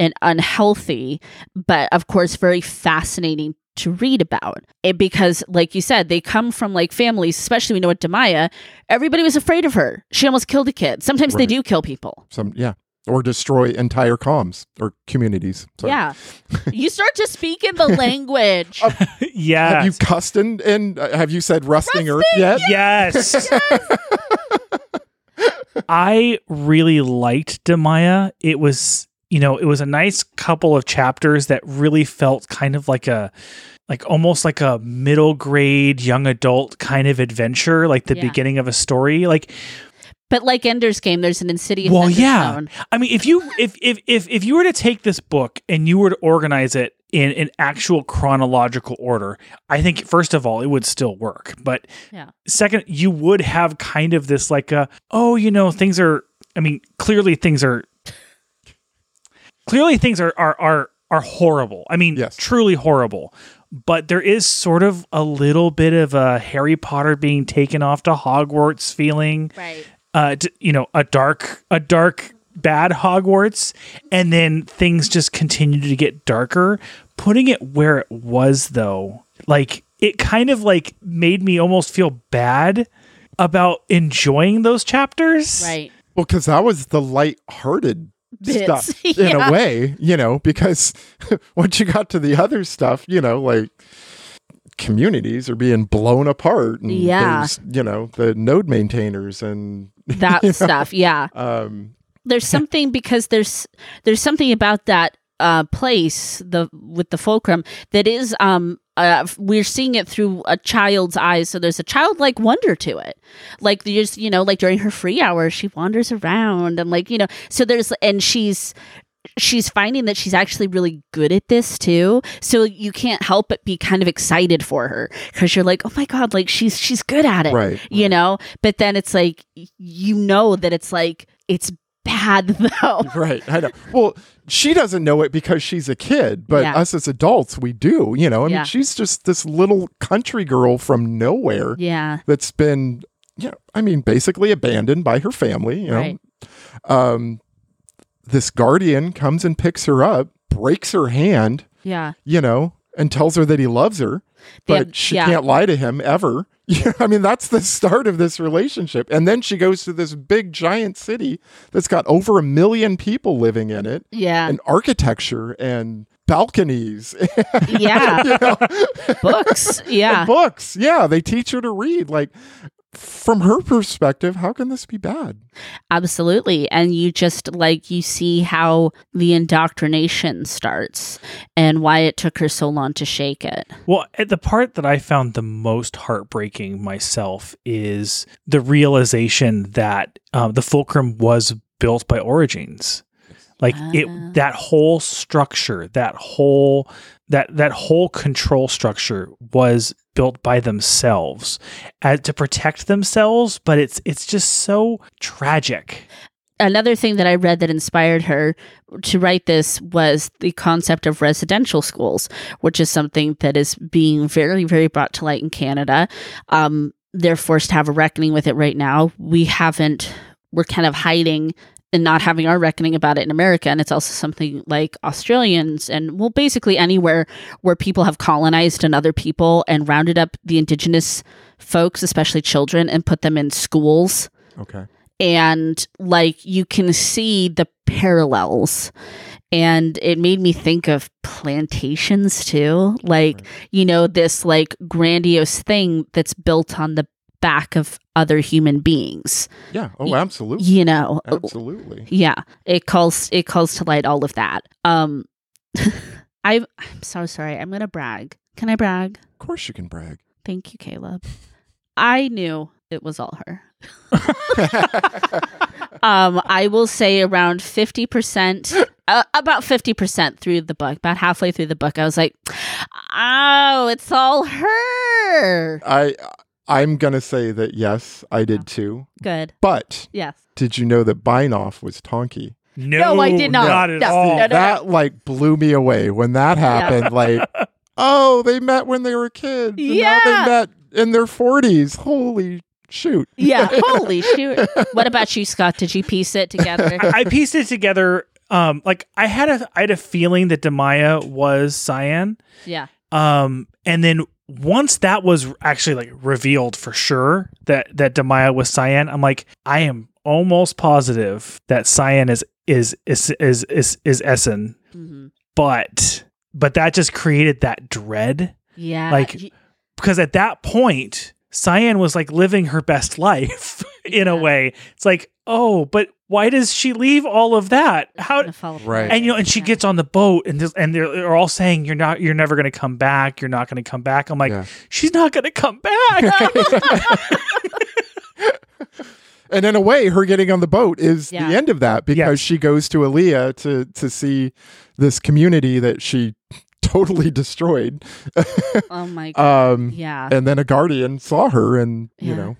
B: and unhealthy, but of course, very fascinating to read about it because like you said they come from like families especially we know at demaya everybody was afraid of her she almost killed a kid sometimes they
C: Right.
B: do kill people
C: Some yeah. Or destroy entire comms or communities. Sorry.
B: Yeah. you start to speak in the language.
C: Oh, Have
A: Yeah.
C: you cussed and, and uh, have you said rusting, earth yet?
A: yes. I really liked Demaya. It was, you know, it was a nice couple of chapters that really felt kind of like a like almost like a middle grade young adult kind of adventure, like the
B: Yeah.
A: beginning of a story. Like
B: but like Ender's Game, there's an insidious.
A: Well,
B: Ender's
A: yeah.
B: Zone.
A: I mean, if you if if if if you were to take this book and you were to organize it in an actual chronological order, I think first of all it would still work. But
B: Yeah.
A: second, you would have kind of this like a oh, you know, things are. I mean, clearly things are. Clearly things are are are are horrible. I mean,
C: Yes.
A: truly horrible. But there is sort of a little bit of a Harry Potter being taken off to Hogwarts feeling
B: Right.
A: uh, d- you know, a dark, a dark, bad Hogwarts, and then things just continue to get darker. Putting it where it was, though, like it kind of like made me almost feel bad about enjoying those chapters.
B: Right.
C: Well, because that was the light-hearted
B: Bits.
C: stuff in
B: Yeah.
C: a way, you know. Because once you got to the other stuff, you know, like communities are being blown apart, and
B: Yeah.
C: there's you know the node maintainers and
B: That stuff. Yeah.
C: um
B: There's something because there's there's something about that uh place the with the fulcrum that is um uh, we're seeing it through a child's eyes so there's a childlike wonder to it like there's you know like during her free hour she wanders around and like you know so there's and she's she's finding that she's actually really good at this too so you can't help but be kind of excited for her because you're like oh my god like she's she's good at it
C: Right,
B: you know but then it's like y- you know that it's like it's bad though
C: right. I know. Well, she doesn't know it because she's a kid, but
B: Yeah.
C: us as adults, we do. You know, I
B: Yeah.
C: mean, she's just this little country girl from nowhere
B: yeah
C: that's been you know, I mean, basically abandoned by her family. You know,
B: Right.
C: um, this guardian comes and picks her up, breaks her hand,
B: Yeah.
C: you know, and tells her that he loves her,
B: Yeah,
C: but she
B: yeah.
C: can't lie to him ever. Yeah, I mean, that's the start of this relationship. And then she goes to this big, giant city that's got over a million people living in it,
B: Yeah.
C: and architecture and balconies
B: yeah. Books. Yeah.
C: books. Yeah, they teach her to read. Like, from her perspective, how can this be bad?
B: Absolutely. And you just like, you see how the indoctrination starts and why it took her so long to shake it.
A: Well, at the part that I found the most heartbreaking myself is the realization that um, the fulcrum was built by Origins. Like
B: Ah.
A: it, that whole structure, that whole that that whole control structure was built by themselves uh, to protect themselves. But it's it's just so tragic.
B: Another thing that I read that inspired her to write this was the concept of residential schools, which is something that is being very, very brought to light in Canada. Um, they're forced to have a reckoning with it right now. We haven't, we're kind of hiding and not having our reckoning about it in America. And it's also something like Australians and, well, basically anywhere where people have colonized another people and rounded up the indigenous folks, especially children, and put them in schools
C: Okay.
B: and like you can see the parallels and it made me think of plantations too like
C: Right.
B: you know this like grandiose thing that's built on the back of other human beings
C: Yeah. Oh,
B: Y-
C: absolutely.
B: you know
C: Absolutely.
B: yeah it calls it calls to light all of that um i i'm so sorry i'm gonna brag can i brag
C: Of course, you can brag.
B: thank you caleb i knew it was all her um, I will say around 50%, uh, about 50% through the book, about halfway through the book, I was like, oh, it's all her.
C: I I'm gonna say that yes, I did too.
B: Good.
C: But
B: Yes.
C: did you know that Binoff was Tonki?
A: No,
B: I did not.
A: Not at
B: No,
A: all.
B: no, no.
C: That like blew me away when that happened. Like, oh, they met when they were kids. And Now
B: Yeah.
C: they met in their forties. Holy shoot.
B: Yeah. Holy shoot. What about you, Scott? Did you piece it together?
A: I pieced it together. Um, like I had a I had a feeling that Demaya was Cyan.
B: Yeah.
A: Um, and then once that was actually like revealed for sure that that Demaya was Cyan, I'm like, I am almost positive that Cyan is is is is is, is Essen,
B: hmm
A: but but that just created that dread
B: Yeah.
A: Like-
B: Y-
A: because at that point, Cyan was like living her best life in a
B: Yeah.
A: way. It's like, oh, but why does she leave all of that? How
B: gonna fall apart.
C: Right.
A: Oh, and you know, and she
B: Yeah.
A: gets on the boat, and this, and they're, they're all saying, "You're not, you're never going to come back. You're not going to come back." I'm like,
C: Yeah.
A: "She's not going to come back."
C: And in a way, her getting on the boat is
B: Yeah.
C: the end of that
A: Yes.
C: because she goes to Aaliyah to to see this community that she totally destroyed.
B: Oh my God.
C: Um
B: yeah.
C: and then a guardian saw her and you
B: Yeah.
C: know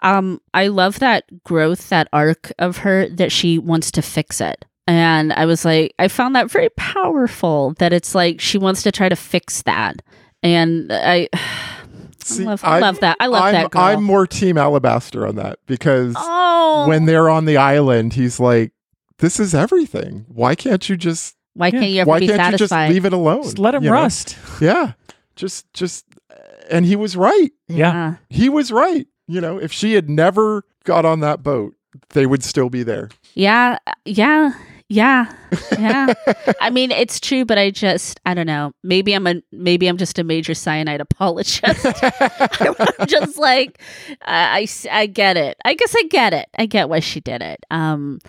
B: um i love that growth that arc of her that she wants to fix it and i was like i found that very powerful that it's like she wants to try to fix that and i
C: See,
B: I love,
C: I'm-
B: love that i love
C: I'm,
B: that girl
C: I'm more team alabaster on that because
B: oh
C: when they're on the island he's like this is everything why can't you just
B: why can't you ever
C: why
B: be
C: can't you just
B: satisfied
C: leave it alone
A: Just let him
C: you know?
A: rust.
C: yeah just just and he was right
A: Yeah.
B: Uh,
C: he was right you know if she had never got on that boat they would still be there
B: yeah yeah yeah yeah i mean it's true but i just i don't know maybe i'm a maybe i'm just a major cyanide apologist I'm just like I, I s- I get it. I guess I get it. I get why she did it. Um,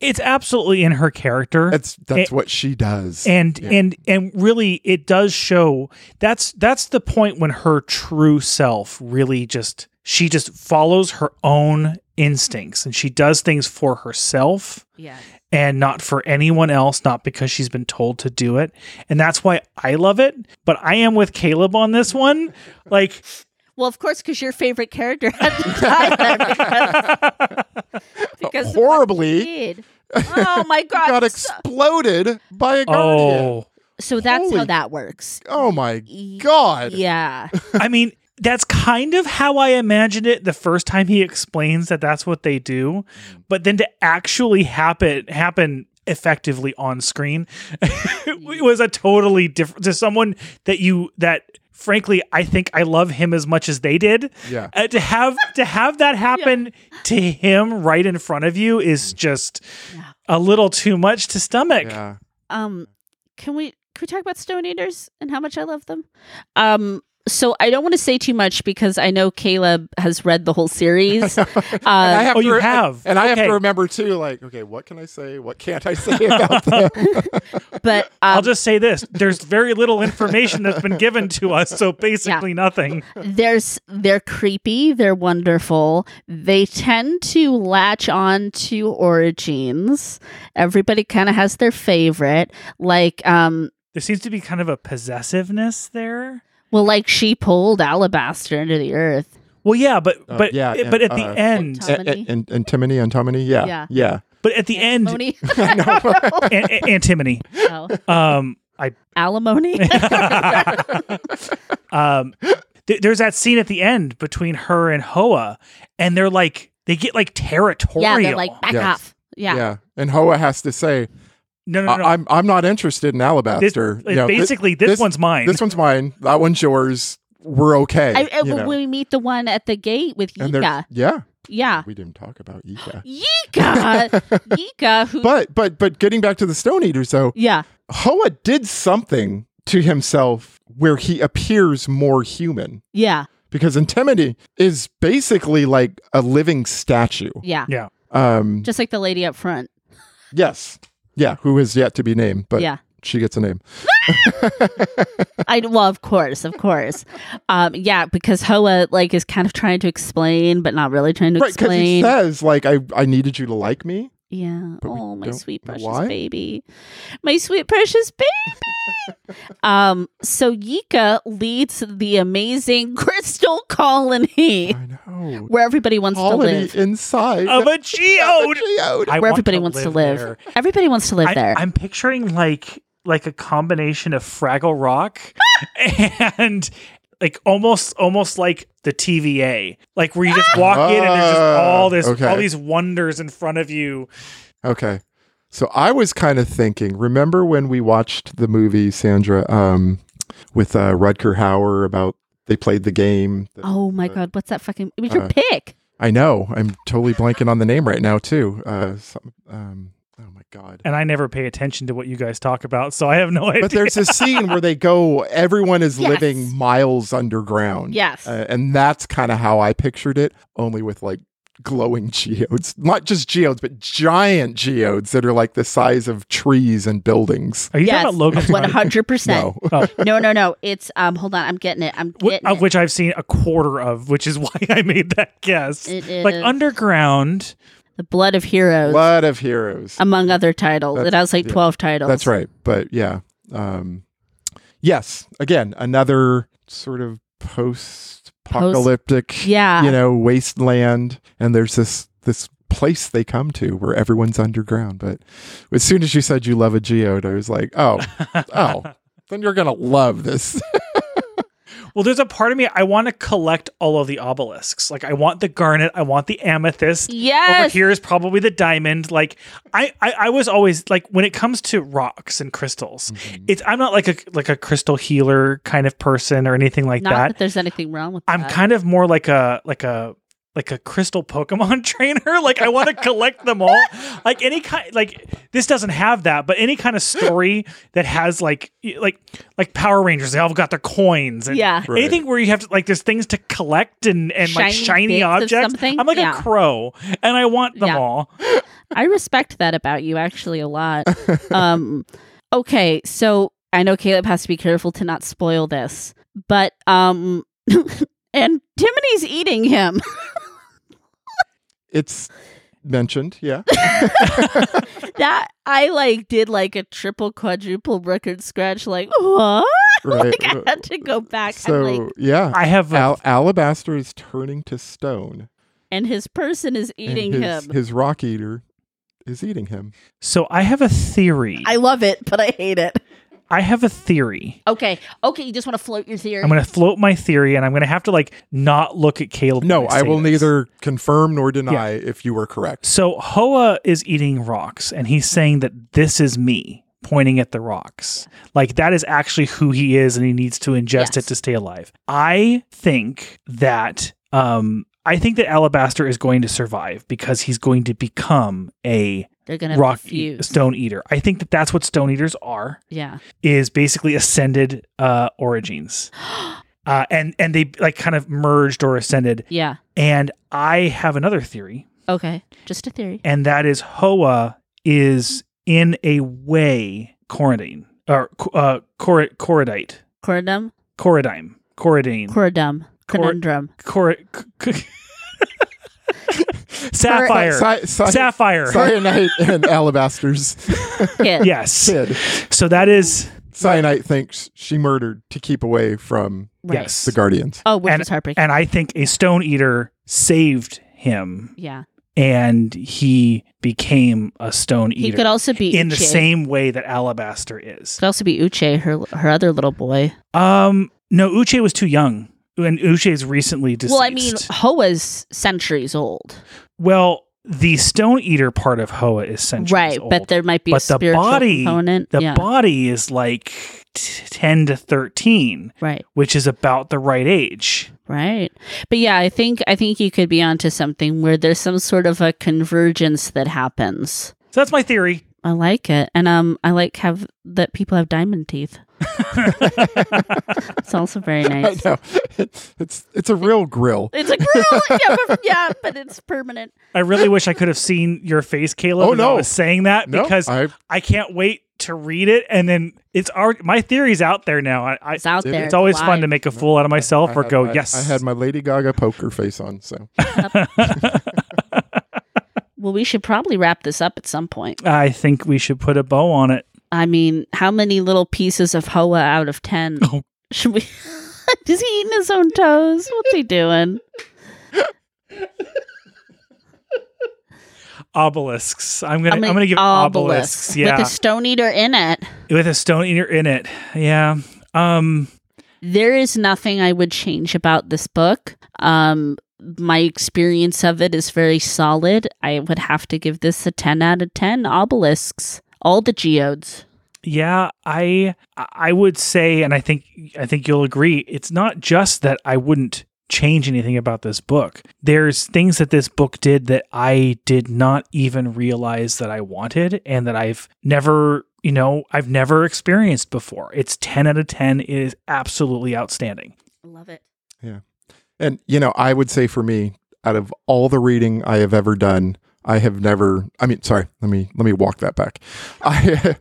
A: It's absolutely in her character.
C: that's
A: It-
C: that's what she does
A: and
C: Yeah.
A: and and really it does show that's that's the point when her true self really just she just follows her own instincts and she does things for herself
B: yeah,
A: and not for anyone else, not because she's been told to do it. And that's why I love it. But I am with Caleb on this one. Like,
B: Well, of course, because your favorite character had to die because of what
C: Horribly.
B: she did. Oh my god!
C: got
B: so,
C: exploded by a guardian
A: oh,
B: so that's
C: holy-
B: how that works.
C: oh my
B: Y-
C: god
B: Yeah,
A: I mean, that's kind of how I imagined it the first time he explains that that's what they do, but then to actually happen happen effectively on screen it was a totally different to someone that you that frankly I think I love him as much as they did.
C: Yeah.
A: Uh, to have to have that happen to him right in front of you is just
B: Yeah.
A: a little too much to stomach.
C: Yeah.
B: um can we can we talk about stone eaters and how much i love them um so i don't want to say too much because i know caleb has read the whole series uh,
C: And I have
A: Oh,
C: to
A: you
C: re-
A: have.
C: And I have
A: Okay.
C: to remember too, like, okay, what can I say? What can't I say about them?
B: but um,
A: I'll just say this: there's very little information that's been given to us, so basically nothing.
B: there's they're creepy they're wonderful they tend to latch on to origins everybody kind of has their favorite like um
A: There seems to be kind of a possessiveness there.
B: well like she pulled alabaster into the earth
A: Well, yeah, but
C: Oh,
A: but
C: yeah,
A: it- but at
C: and,
A: the
C: uh,
A: end,
B: Tom-
C: and,
B: Antimony.
C: and, and, Timony, Antimony, yeah,
B: Yeah.
C: yeah,
A: but at the end, an-
B: Alimony?
A: an- antimony.
B: oh,
A: Um, I
B: alimony
A: um, th- there's that scene at the end between her and Hoa, and they're like they get like territorial.
B: yeah they're like back
C: Yes.
B: off yeah,
C: And Hoa has to say,
A: no, no, no.
C: I- Uh, I'm I'm not interested in
A: this,
C: alabaster.
A: it-
C: You know, thi-
A: basically, this,
C: this-
A: one's mine.
C: this one's mine. That one's yours. We're okay.
B: I, I-
C: you know.
B: when we meet the one at the gate with
C: and there's-
B: Yika.
C: yeah,
B: Yeah.
C: we didn't talk about Yika.
B: Yika. Yika who
C: But but but getting back to the Stone Eaters though,
B: Yeah.
C: Hoa did something to himself where he appears more human
B: Yeah.
C: because Antimony is basically like a living statue.
B: Yeah.
C: Um,
B: Just like the lady up front.
C: yes, yeah, who is yet to be named, but
B: yeah.
C: she gets a name.
B: I well, of course, of course. Um yeah, because Hoa like is kind of trying to explain but not really trying to
C: Right, because he
B: explain.
C: says like I I needed you to like me.
B: yeah.
C: But we
B: Oh, my
C: don't
B: sweet
C: know
B: precious
C: why.
B: baby. My sweet precious baby. um so Yika leads the amazing crystal colony
C: I know. Oh,
B: where everybody wants to
C: Colony
B: live.
A: of
C: inside
A: a
C: of a
A: geode.
C: geode.
A: I
B: where
A: want
B: everybody
A: to
B: wants to
A: live
B: live.
A: there.
B: Everybody wants to live
A: I,
B: there.
A: I'm picturing like like a combination of Fraggle Rock and like almost almost like the TVA, like where you just walk in and there's just all this
C: Ah, Okay.
A: all these wonders in front of you.
C: Okay. So I was kind of thinking, remember when we watched the movie Sandra um with uh Rutger Hauer about they played the game. that-
B: Oh my
C: uh,
B: god, what's that fucking? It was your
C: uh,
B: pick.
C: I know. I'm totally blanking on the name right now too. Uh some, um oh my god.
A: And I never pay attention to what you guys talk about, so I have no idea.
C: But there's a scene where they go everyone is
B: Yes.
C: living miles underground.
B: Yes.
C: Uh, and that's kind of how I pictured it, only with like glowing geodes. Not just geodes, but giant geodes that are like the size of trees and buildings.
A: Are you
B: yes,
A: talking about Logan's
B: one
A: Run?
B: hundred percent.
C: No.
B: No, no, no. It's um. Hold on, I'm getting it. I'm
A: Wh-
B: getting
A: of which I've seen a quarter of, which is why I made that guess.
B: it. It
A: like
B: is
A: underground,
B: the blood of heroes,
C: lot of heroes.
B: among other titles. It
C: That's-
B: has like
C: yeah.
B: twelve titles.
C: That's right. But yeah. Um, yes. Again, another sort of post apocalyptic,
B: Yeah.
C: you know, wasteland. And there's this, this place they come to where everyone's underground. But as soon as you said you love a geode, I was like, oh, oh, then you're going to love this.
A: Well, there's a part of me I want to collect all of the obelisks. Like I want the garnet, I want the amethyst. Over
B: Yes.
A: here is probably the diamond. Like I, I, I was always like when it comes to rocks and crystals, it's I'm not like a like a crystal healer kind of person or anything like
B: Not that.
A: that.
B: there's anything wrong with
A: I'm
B: that.
A: kind of more like a like a like a crystal Pokemon trainer. Like I want to collect them all. Like any kind like this doesn't have that, but any kind of story that has like y- like like Power Rangers, they all got their coins and
B: Yeah.
C: Right.
A: anything where you have to like there's things to collect and and like
B: Shiny
A: shiny
B: bits of
A: objects.
B: something?
A: I'm like
B: Yeah.
A: a crow and I want them
B: Yeah.
A: all.
B: I respect that about you actually a lot. um okay, so I know Caleb has to be careful to not spoil this, but um and Timony's eating him.
C: It's mentioned. Yeah.
B: that I like did like a triple quadruple record scratch like what?
C: Right.
B: Like, I had to go back
C: so,
B: and like
C: yeah.
A: I have a,
C: Al- alabaster is turning to stone.
B: and his person is
C: and
B: eating
C: his,
B: him.
C: His rock eater is eating him.
A: so I have a theory.
B: I love it, but I hate it.
A: I have a theory.
B: Okay. Okay. You just want to float your theory.
A: I'm going to float my theory, and I'm going to have to like not look at Caleb.
C: No,
A: when say
C: I will
A: this.
C: neither confirm nor deny if you were correct.
A: So Hoa is eating rocks, and he's saying that this is me, pointing at the rocks. Like that is actually who he is, and he needs to ingest
B: Yes.
A: it to stay alive. I think that. Um, I think that Alabaster is going to survive because he's going to become a
B: They're going to
A: rock e-
B: fuse.
A: stone eater. I think that that's what stone eaters are
B: Yeah.
A: is basically ascended uh, origins, uh, and and they like kind of merged or ascended.
B: yeah.
A: And I have another theory
B: Okay. Just a theory.
A: and that is Hoa is in a way coronine or uh, cor- coridite,
B: Corundum.
A: coridime, coridine,
B: Corundum.
A: Cor-
B: Conundrum.
A: cor- c- c- sapphire,
C: Si- si-
A: sapphire.
C: Cyanite and Alabaster's
B: Kid.
A: Yes.
C: kid.
A: So that is
C: Cyanite thinks she murdered to keep away from
B: Right.
A: yes,
C: the Guardians.
B: Oh, which is heartbreaking.
A: and I think a stone eater saved him,
B: yeah.
A: and he became a stone
B: He
A: eater
B: could also be
A: in the
B: Uche.
A: same way that Alabaster is.
B: Could also be Uche, her her other little boy.
A: Um, no, Uche was too young, and Uche is recently deceased.
B: Well, I mean, Hoa's centuries old,
A: Well, the stone eater part of Hoa is centuries
B: right?
A: old.
B: But there might be a
A: But the
B: spiritual
A: body-
B: component.
A: the
B: yeah,
A: body is like t- ten to thirteen,
B: right,
A: which is about the right age.
B: right. But yeah, I think I think you could be onto something where there's some sort of a convergence that happens.
A: So that's my theory.
B: I like it, and um, I like have that people have diamond teeth. It's also very nice.
C: I know. It's it's a real grill.
B: It's a grill, yeah, but, yeah, but it's permanent.
A: I really wish I could have seen your face, Caleb.
C: Oh,
A: when I
C: no.
A: was saying that
C: No,
A: because I,
C: I,
A: can't wait to read it, and then it's already my theory's out there now. I, I,
B: It's out
C: It-
B: there.
A: it's always fun
B: live.
A: to make a fool out of
C: I
A: myself or
C: had
A: go
C: my-
A: yes.
C: I had my Lady Gaga poker face on, so
B: Well, we should probably wrap this up at some point.
A: I think we should put a bow on it.
B: I mean, how many little pieces of Hoa out of ten
A: Oh.
B: should we? Is he eating his own toes? What's he doing?
A: Obelisks. I'm gonna. I'm gonna, give obelisks.
B: obelisk
A: Yeah,
B: with a stone eater in it.
A: with a stone eater in it. Yeah. Um.
B: There is nothing I would change about this book. Um, my experience of it is very solid. I would have to give this a ten out of ten obelisks. All the geodes.
A: Yeah. I. I would say, and I think. I think you'll agree. It's not just that I wouldn't change anything about this book. There's things that this book did that I did not even realize that I wanted, and that I've never. You know, I've never experienced before. It's 10 out of 10. It is absolutely outstanding.
B: I love it.
C: and you know, I would say for me, out of all the reading I have ever done, I have never I mean, sorry, let me let me walk that back. I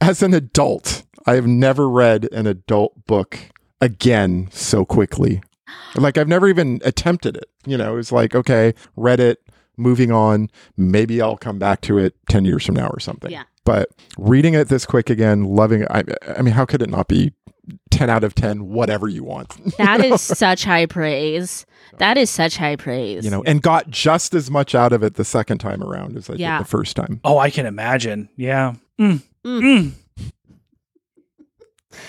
C: as an adult, I have never read an adult book again so quickly. Like I've never even attempted it. You know, it's like, okay, read it, moving on, maybe I'll come back to it 10 years from now or something.
B: Yeah.
C: But reading it this quick again, loving it, I, I mean, how could it not be 10 out of 10, whatever you want?
B: That is such high praise. That is such high praise.
C: you know, and got just as much out of it the second time around as I
B: Yeah.
C: did the first time.
A: Oh, I can imagine. Yeah. Mm.
B: Mm.
A: Mm.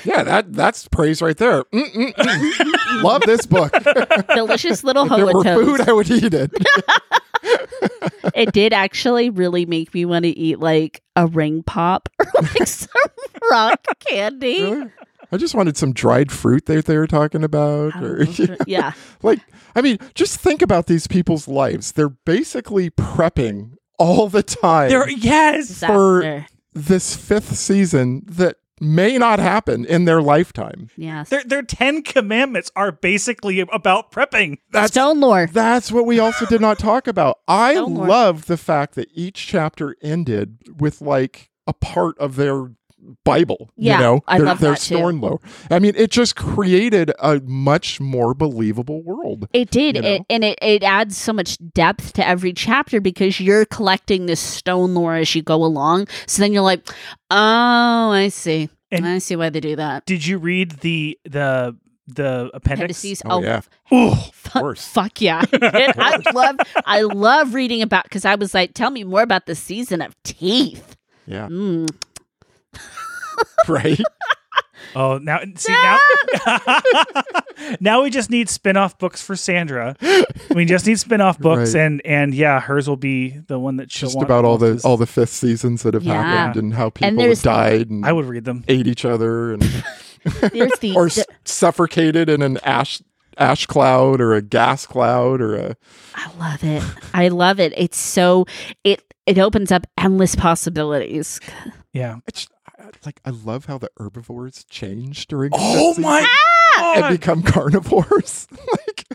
C: Yeah, that that's praise right there. Mm, mm, mm. Love this book. if
B: delicious little
C: there
B: Hoa
C: were
B: toes.
C: food, I would eat it.
B: it did actually really make me want to eat like a ring pop or like some rock candy.
C: Really? I just wanted some dried fruit that they were talking about.
B: I don't
C: Or,
B: know if it- yeah.
C: like, I mean, just think about these people's lives. They're basically prepping all the time
A: There, yes.
C: For-
B: Disaster.
C: this fifth season that may not happen in their lifetime.
B: Yes.
A: Their, their Ten Commandments are basically about prepping.
C: That's
B: Stone lore.
C: That's what we also did not talk about. I
B: Don't worry.
C: love the fact that each chapter ended with like a part of their Bible,
B: Yeah,
C: you know,
B: I
C: their,
B: love
C: their
B: that too.
C: Stornlow. I mean, it just created a much more believable world.
B: It did,
C: you
B: it,
C: know?
B: and it, it adds so much depth to every chapter because you're collecting this stone lore as you go along. So then you're like, oh, I see.
A: And-
B: I see why they do that.
A: Did you read the the the appendix?
B: Appendices.
C: Oh, yeah.
A: Ooh,
B: Fu-
C: course.
B: Fuck yeah. And I love I love reading about because I was like, tell me more Mm, about the season of teeth.
C: Yeah.
B: Mm.
C: Right.
A: Oh, now see now now we just need spin-off books for Sandra. We just need spin-off books
C: Right.
A: and and yeah, hers will be the one that she'll
C: just
A: want
C: about all the
A: because
C: all the fifth seasons that have
B: Yeah.
C: happened and how people
B: there's-
C: have died and
A: I would read them.
C: ate each other and
B: There's the,
C: or
B: the-
C: s- suffocated in an ash ash cloud or a gas cloud or a
B: I love it. I love it. It's so it it opens up endless possibilities.
A: Yeah.
C: it's like I love how the herbivores change during
A: Oh
C: fifth
A: my
C: season and
A: God!
C: become carnivores like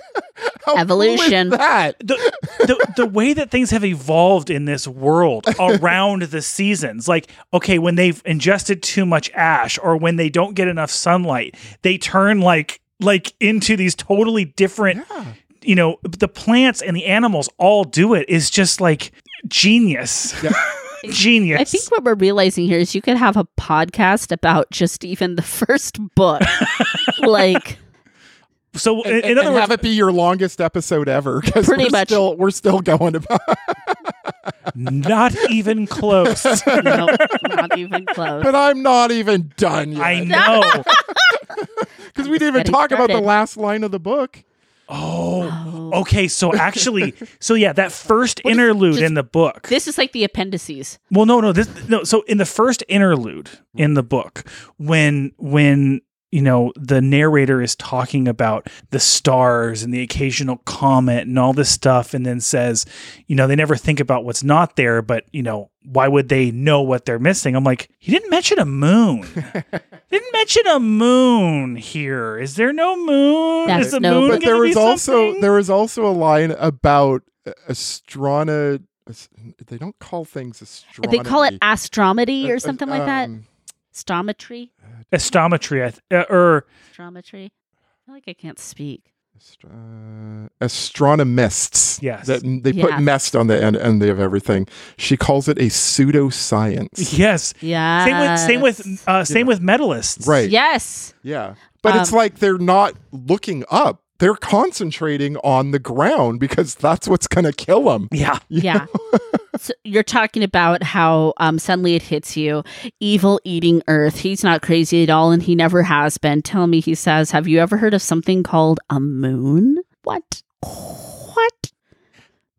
C: how cool is
B: Evolution.
C: that
A: the, the the way that things have evolved in this world around the seasons like okay when they've ingested too much ash or when they don't get enough sunlight they turn like like into these totally different
C: yeah
A: you know the plants and the animals all do it is just like genius
C: Yeah.
A: genius
B: I think what we're realizing here is you could have a podcast about just even the first book. like
A: so in,
C: and,
A: in other
C: and
A: words
C: have it be your longest episode ever because
B: Pretty
C: we're
B: much.
C: still we're still going about
A: not even close
B: no, not even close.
C: but I'm not even done
A: i
C: yet
A: know
C: because we didn't even
B: Getting
C: talk about the
B: started.
C: last line of the book
A: oh okay so actually so yeah that first interlude
B: just-
A: in the book
B: This is like the appendices.
A: Well, no, no, this no. So in the first interlude
C: Hmm.
A: in the book, when when you know the narrator is talking about the stars and the occasional comet and all this stuff, and then says, you know, they never think about what's not there, but you know, why would they know what they're missing? I'm like, he didn't mention a moon. didn't mention a moon here. Is there no moon?
B: That's
A: is the
B: no-
A: moon?
C: but there
A: gonna be
C: was also
A: something?
C: there was also a line about uh, astrona. as- They don't call things astronomy.
B: They call it astrometry
C: Uh, uh,
B: or something like that.
C: um,
B: Stometry?
A: astrometry, I th- uh, or
B: Astrometry? I feel like I can't speak.
C: astro- uh, astronomists.
A: Yes.
C: that they put
B: Yeah.
C: mest on the end, end of everything. She calls it a pseudoscience.
A: yes.
B: Yeah.
A: Same with same with uh, same with medalists.
C: Right.
B: Yes.
C: Yeah, but it's like they're not looking up. They're concentrating on the ground because that's what's going to kill them.
A: Yeah.
B: Yeah. so you're talking about how um, suddenly it hits you. Evil eating earth. He's not crazy at all and he never has been. Tell me, he says, have you ever heard of something called a moon? What? What?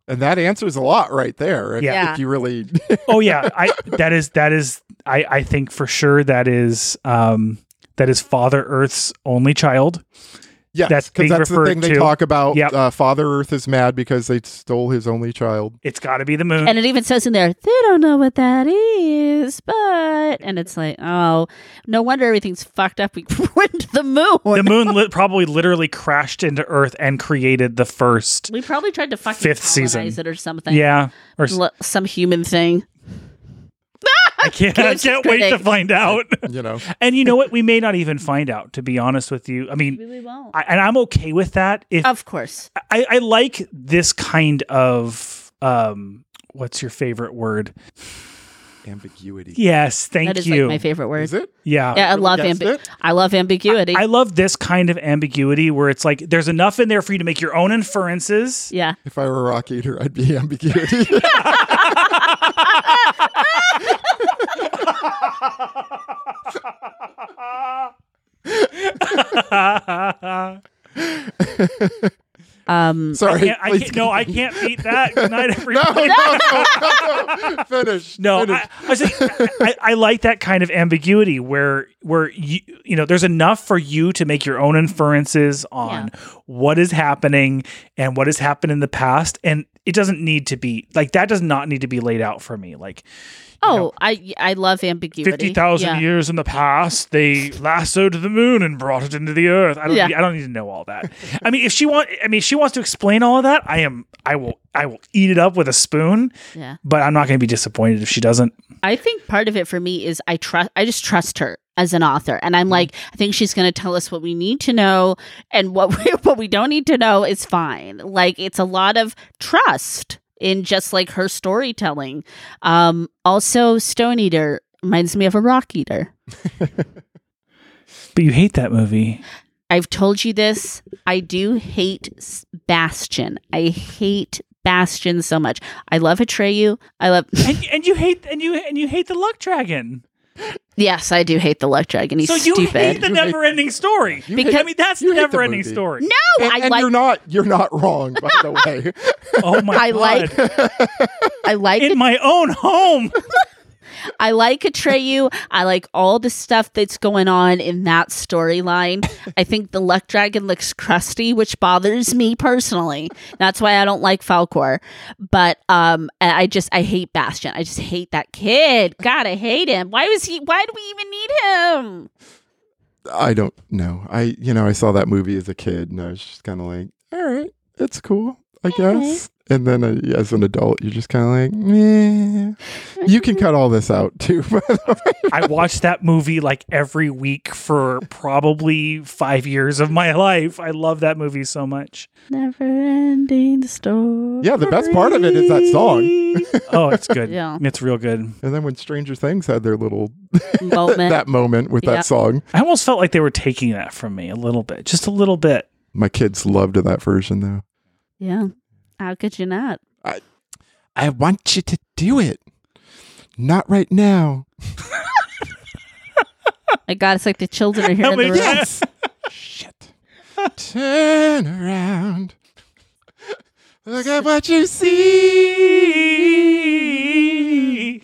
C: And that answers a lot right there. If,
A: Yeah.
C: if you really
A: oh yeah i that is that is i i think for sure that is um that is father earth's only child
C: Yes,
A: That's being
C: because that's the
A: referred
C: thing they
A: to.
C: talk about.
A: Yep.
C: Uh, Father Earth is mad because they stole his only child.
A: it's got to be the moon
B: And it even says in there, they don't know what that is, but. And it's like, oh, no wonder everything's fucked up. We went to the moon.
A: the moon li- probably literally crashed into earth and created the first
B: we probably tried to fucking
A: Fifth
B: fifth
A: season.
B: colonize it or something.
A: yeah or s-
B: L- some human thing.
A: i can't, I
B: Gabe's
A: can't wait to
B: critic.
A: find out
C: You know,
A: and you know what we may not even find out to be honest with you i mean
B: Really won't.
A: I, and i'm okay with that if
B: of course.
A: I, I like this kind of um what's your favorite word
C: ambiguity.
A: yes thank
B: That is
A: you
B: like my favorite word.
C: Is it?
A: yeah
B: Yeah, I
C: Really
B: love
C: guessed
B: ambi-
C: it?
B: I love ambiguity.
A: I love this kind of ambiguity where it's like there's enough in there for you to make your own inferences.
B: yeah.
C: If I were a rock eater, I'd be ambiguity.
B: Um
C: Sorry.
A: Can't- I
C: please
A: can't, no, I can't beat that. Good night, everybody.
C: continue. no, no, no, no. Finish.
A: No,
C: finish.
A: I, I, was like, I, I- I like that kind of ambiguity where where you you know there's enough for you to make your own inferences on what is happening and what has happened in the past, and it doesn't need to be like that does not need to be laid out for me. Like
B: oh, I I love ambiguity.
A: fifty thousand
B: yeah.
A: years in the past, they lassoed the moon and brought it into the earth. I don't.
B: Yeah.
A: Need, I don't need to know all that. I mean, if she want, I mean, if she wants to explain all of that, I am. I will. I will eat it up with a spoon.
B: Yeah.
A: But I'm not going to be disappointed if she doesn't.
B: I think part of it for me is I trust I just trust her as an author and
A: Mm-hmm.
B: I'm like I think she's going to tell us what we need to know and what we, what we don't need to know is fine. Like it's a lot of trust in just like her storytelling. Um also Stone Eater reminds me of a rock eater.
A: But you hate that movie.
B: I've told you this. I do hate S- Bastion. I hate Bastion so much. I love Atreyu. I love
A: and, and you hate and you and you hate the luck dragon.
B: Yes, I do hate the Luck Dragon. He's
A: so you
B: stupid.
A: hate the
C: You hate-
A: never-ending story.
C: You
B: Because-
A: I mean, that's the
C: you hate the
A: never-ending
C: movie.
A: story.
B: no,
C: and,
B: I
C: and
B: like
C: you're not you're not wrong, by the way.
A: Oh my
B: I
A: god!
B: like- I like
A: in my own home.
B: I like Atreyu. I like all the stuff that's going on in that storyline. I think the Luck Dragon looks crusty, which bothers me personally. That's why I don't like Falcor. But um, I I just I hate Bastion. I just hate that kid. God, I hate him. Why was he? Why do we even need him?
C: I don't know. I you know I saw that movie as a kid, and I was just kind of like, all right, it's cool, I guess. And then uh, as an adult, you're just kind of like, meh. You can cut all this out too. by the way.
A: I watched that movie like every week for probably five years of my life. I love that movie so much.
B: Never ending story.
C: yeah, the best part of it is that song.
A: Oh, it's good.
B: Yeah.
A: It's real good.
C: And then when Stranger Things had their little
B: moment.
C: that moment with
B: Yeah.
C: that song,
A: I almost felt like they were taking that from me a little bit, just a little bit.
C: my kids loved that version though.
B: yeah. How could you not?
C: I want you to do it, not right now.
B: My God, it's like the children are here
A: How
B: in the
A: many
B: room.
A: times-
C: Yes. Shit. Turn around. Look at what you see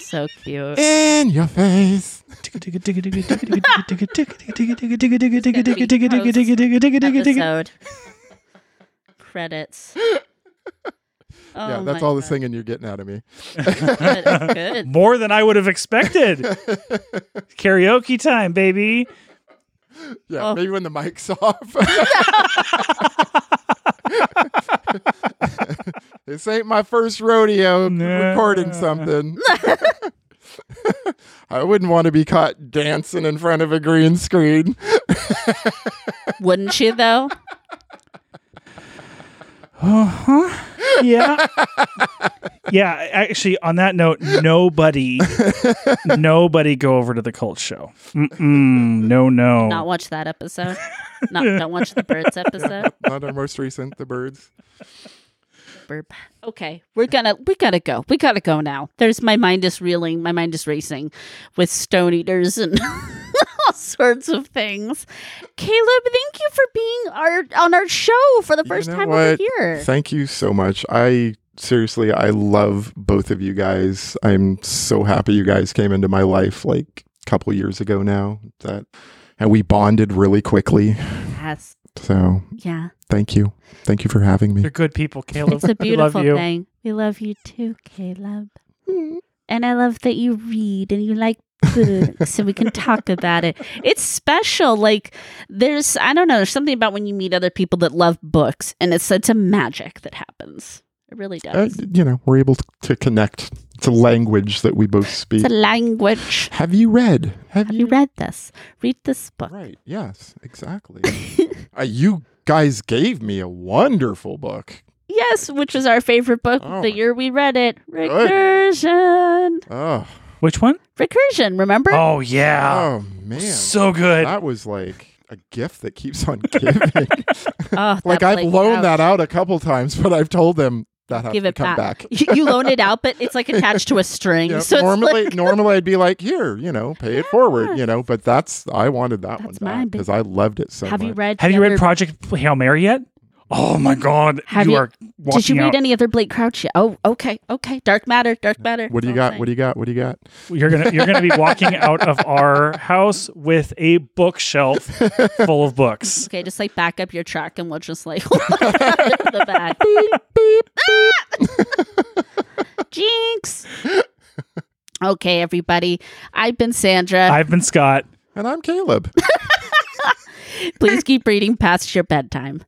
B: So cute.
C: in your face.
B: episode. Credits. Oh
C: yeah, that's
B: my
C: all the
B: God.
C: singing you're getting out of me.
B: Good, it's good.
A: More than I would have expected. Karaoke time, baby.
C: Yeah,
B: Oh.
C: maybe when the mic's off. this ain't my first rodeo of
A: No.
C: recording something. I wouldn't want to be caught dancing in front of a green screen.
B: Wouldn't you though?
A: Yeah. Yeah, actually on that note, nobody nobody go over to the cult show. Mm-mm, no, no.
B: Not watch that episode. Not don't watch the birds episode.
C: Not our most recent, The Birds.
B: Burp. Okay, we're gonna we gotta go. We gotta go now. There's my mind is reeling. My mind is racing with stone eaters and. All sorts of things. Caleb, thank you for being our on our show for the
C: You
B: first
C: know
B: time over
C: what?
B: here.
C: Thank you so much. I seriously, I love both of you guys. I'm so happy you guys came into my life like a couple years ago now. That and we bonded really quickly.
B: Yes.
C: So
B: Yeah.
C: thank you, thank you for having me.
A: You're good people, Caleb.
B: It's a beautiful
A: we love you.
B: thing. We love you too, Caleb.
C: Mm.
B: And I love that you read and you like books and we can talk about it. It's special. Like there's I don't know, there's something about when you meet other people that love books and it's it's a magic that happens. It really
C: Uh,
B: does.
C: you know, we're able to, to connect. It's a language that we both speak.
B: it's a language.
C: Have you read?
B: Have you read this? Read this book.
C: Right. Yes. Exactly. uh, you guys gave me a wonderful book.
B: Yes, which was our favorite book
C: Oh my-
B: the year we read it. Recursion.
C: Oh.
A: Which one?
B: Recursion, remember?
A: Oh yeah.
B: Ah.
C: Oh man.
A: so good.
C: that was like a gift that keeps on giving.
B: Oh,
C: like
B: that
C: I've
B: Blake
C: loaned
B: Crouch.
C: that out a couple times, but I've told them that has
B: give
C: to
B: it
C: come
B: back.
C: back.
B: You, you loan it out, but it's like attached to a string.
C: You know,
B: so it's
C: normally,
B: like,
C: normally I'd be like, here, you know, pay it forward, you know. But that's I wanted that
B: That's
C: one
B: mine,
C: back
B: but-
C: because I loved it so
B: have
C: much.
B: you read?
A: Have
B: the
A: you read
B: other-
A: Project Hail Mary yet? Oh my god.
B: Have
A: you,
B: you-
A: are walking
B: Did you read
A: out.
B: any other Blake Crouch yet? Oh, okay, okay. Dark matter, dark matter.
C: what do you got? What do you got? What do you got?
A: You're gonna you're gonna be walking out of our house with a bookshelf full of books.
B: Okay, just like back up your track, and we'll just like hold it to the back. Ah! Jinx. Okay, everybody. I've been Sandra.
A: I've been Scott.
C: And I'm Caleb.
B: Please keep reading past your bedtime.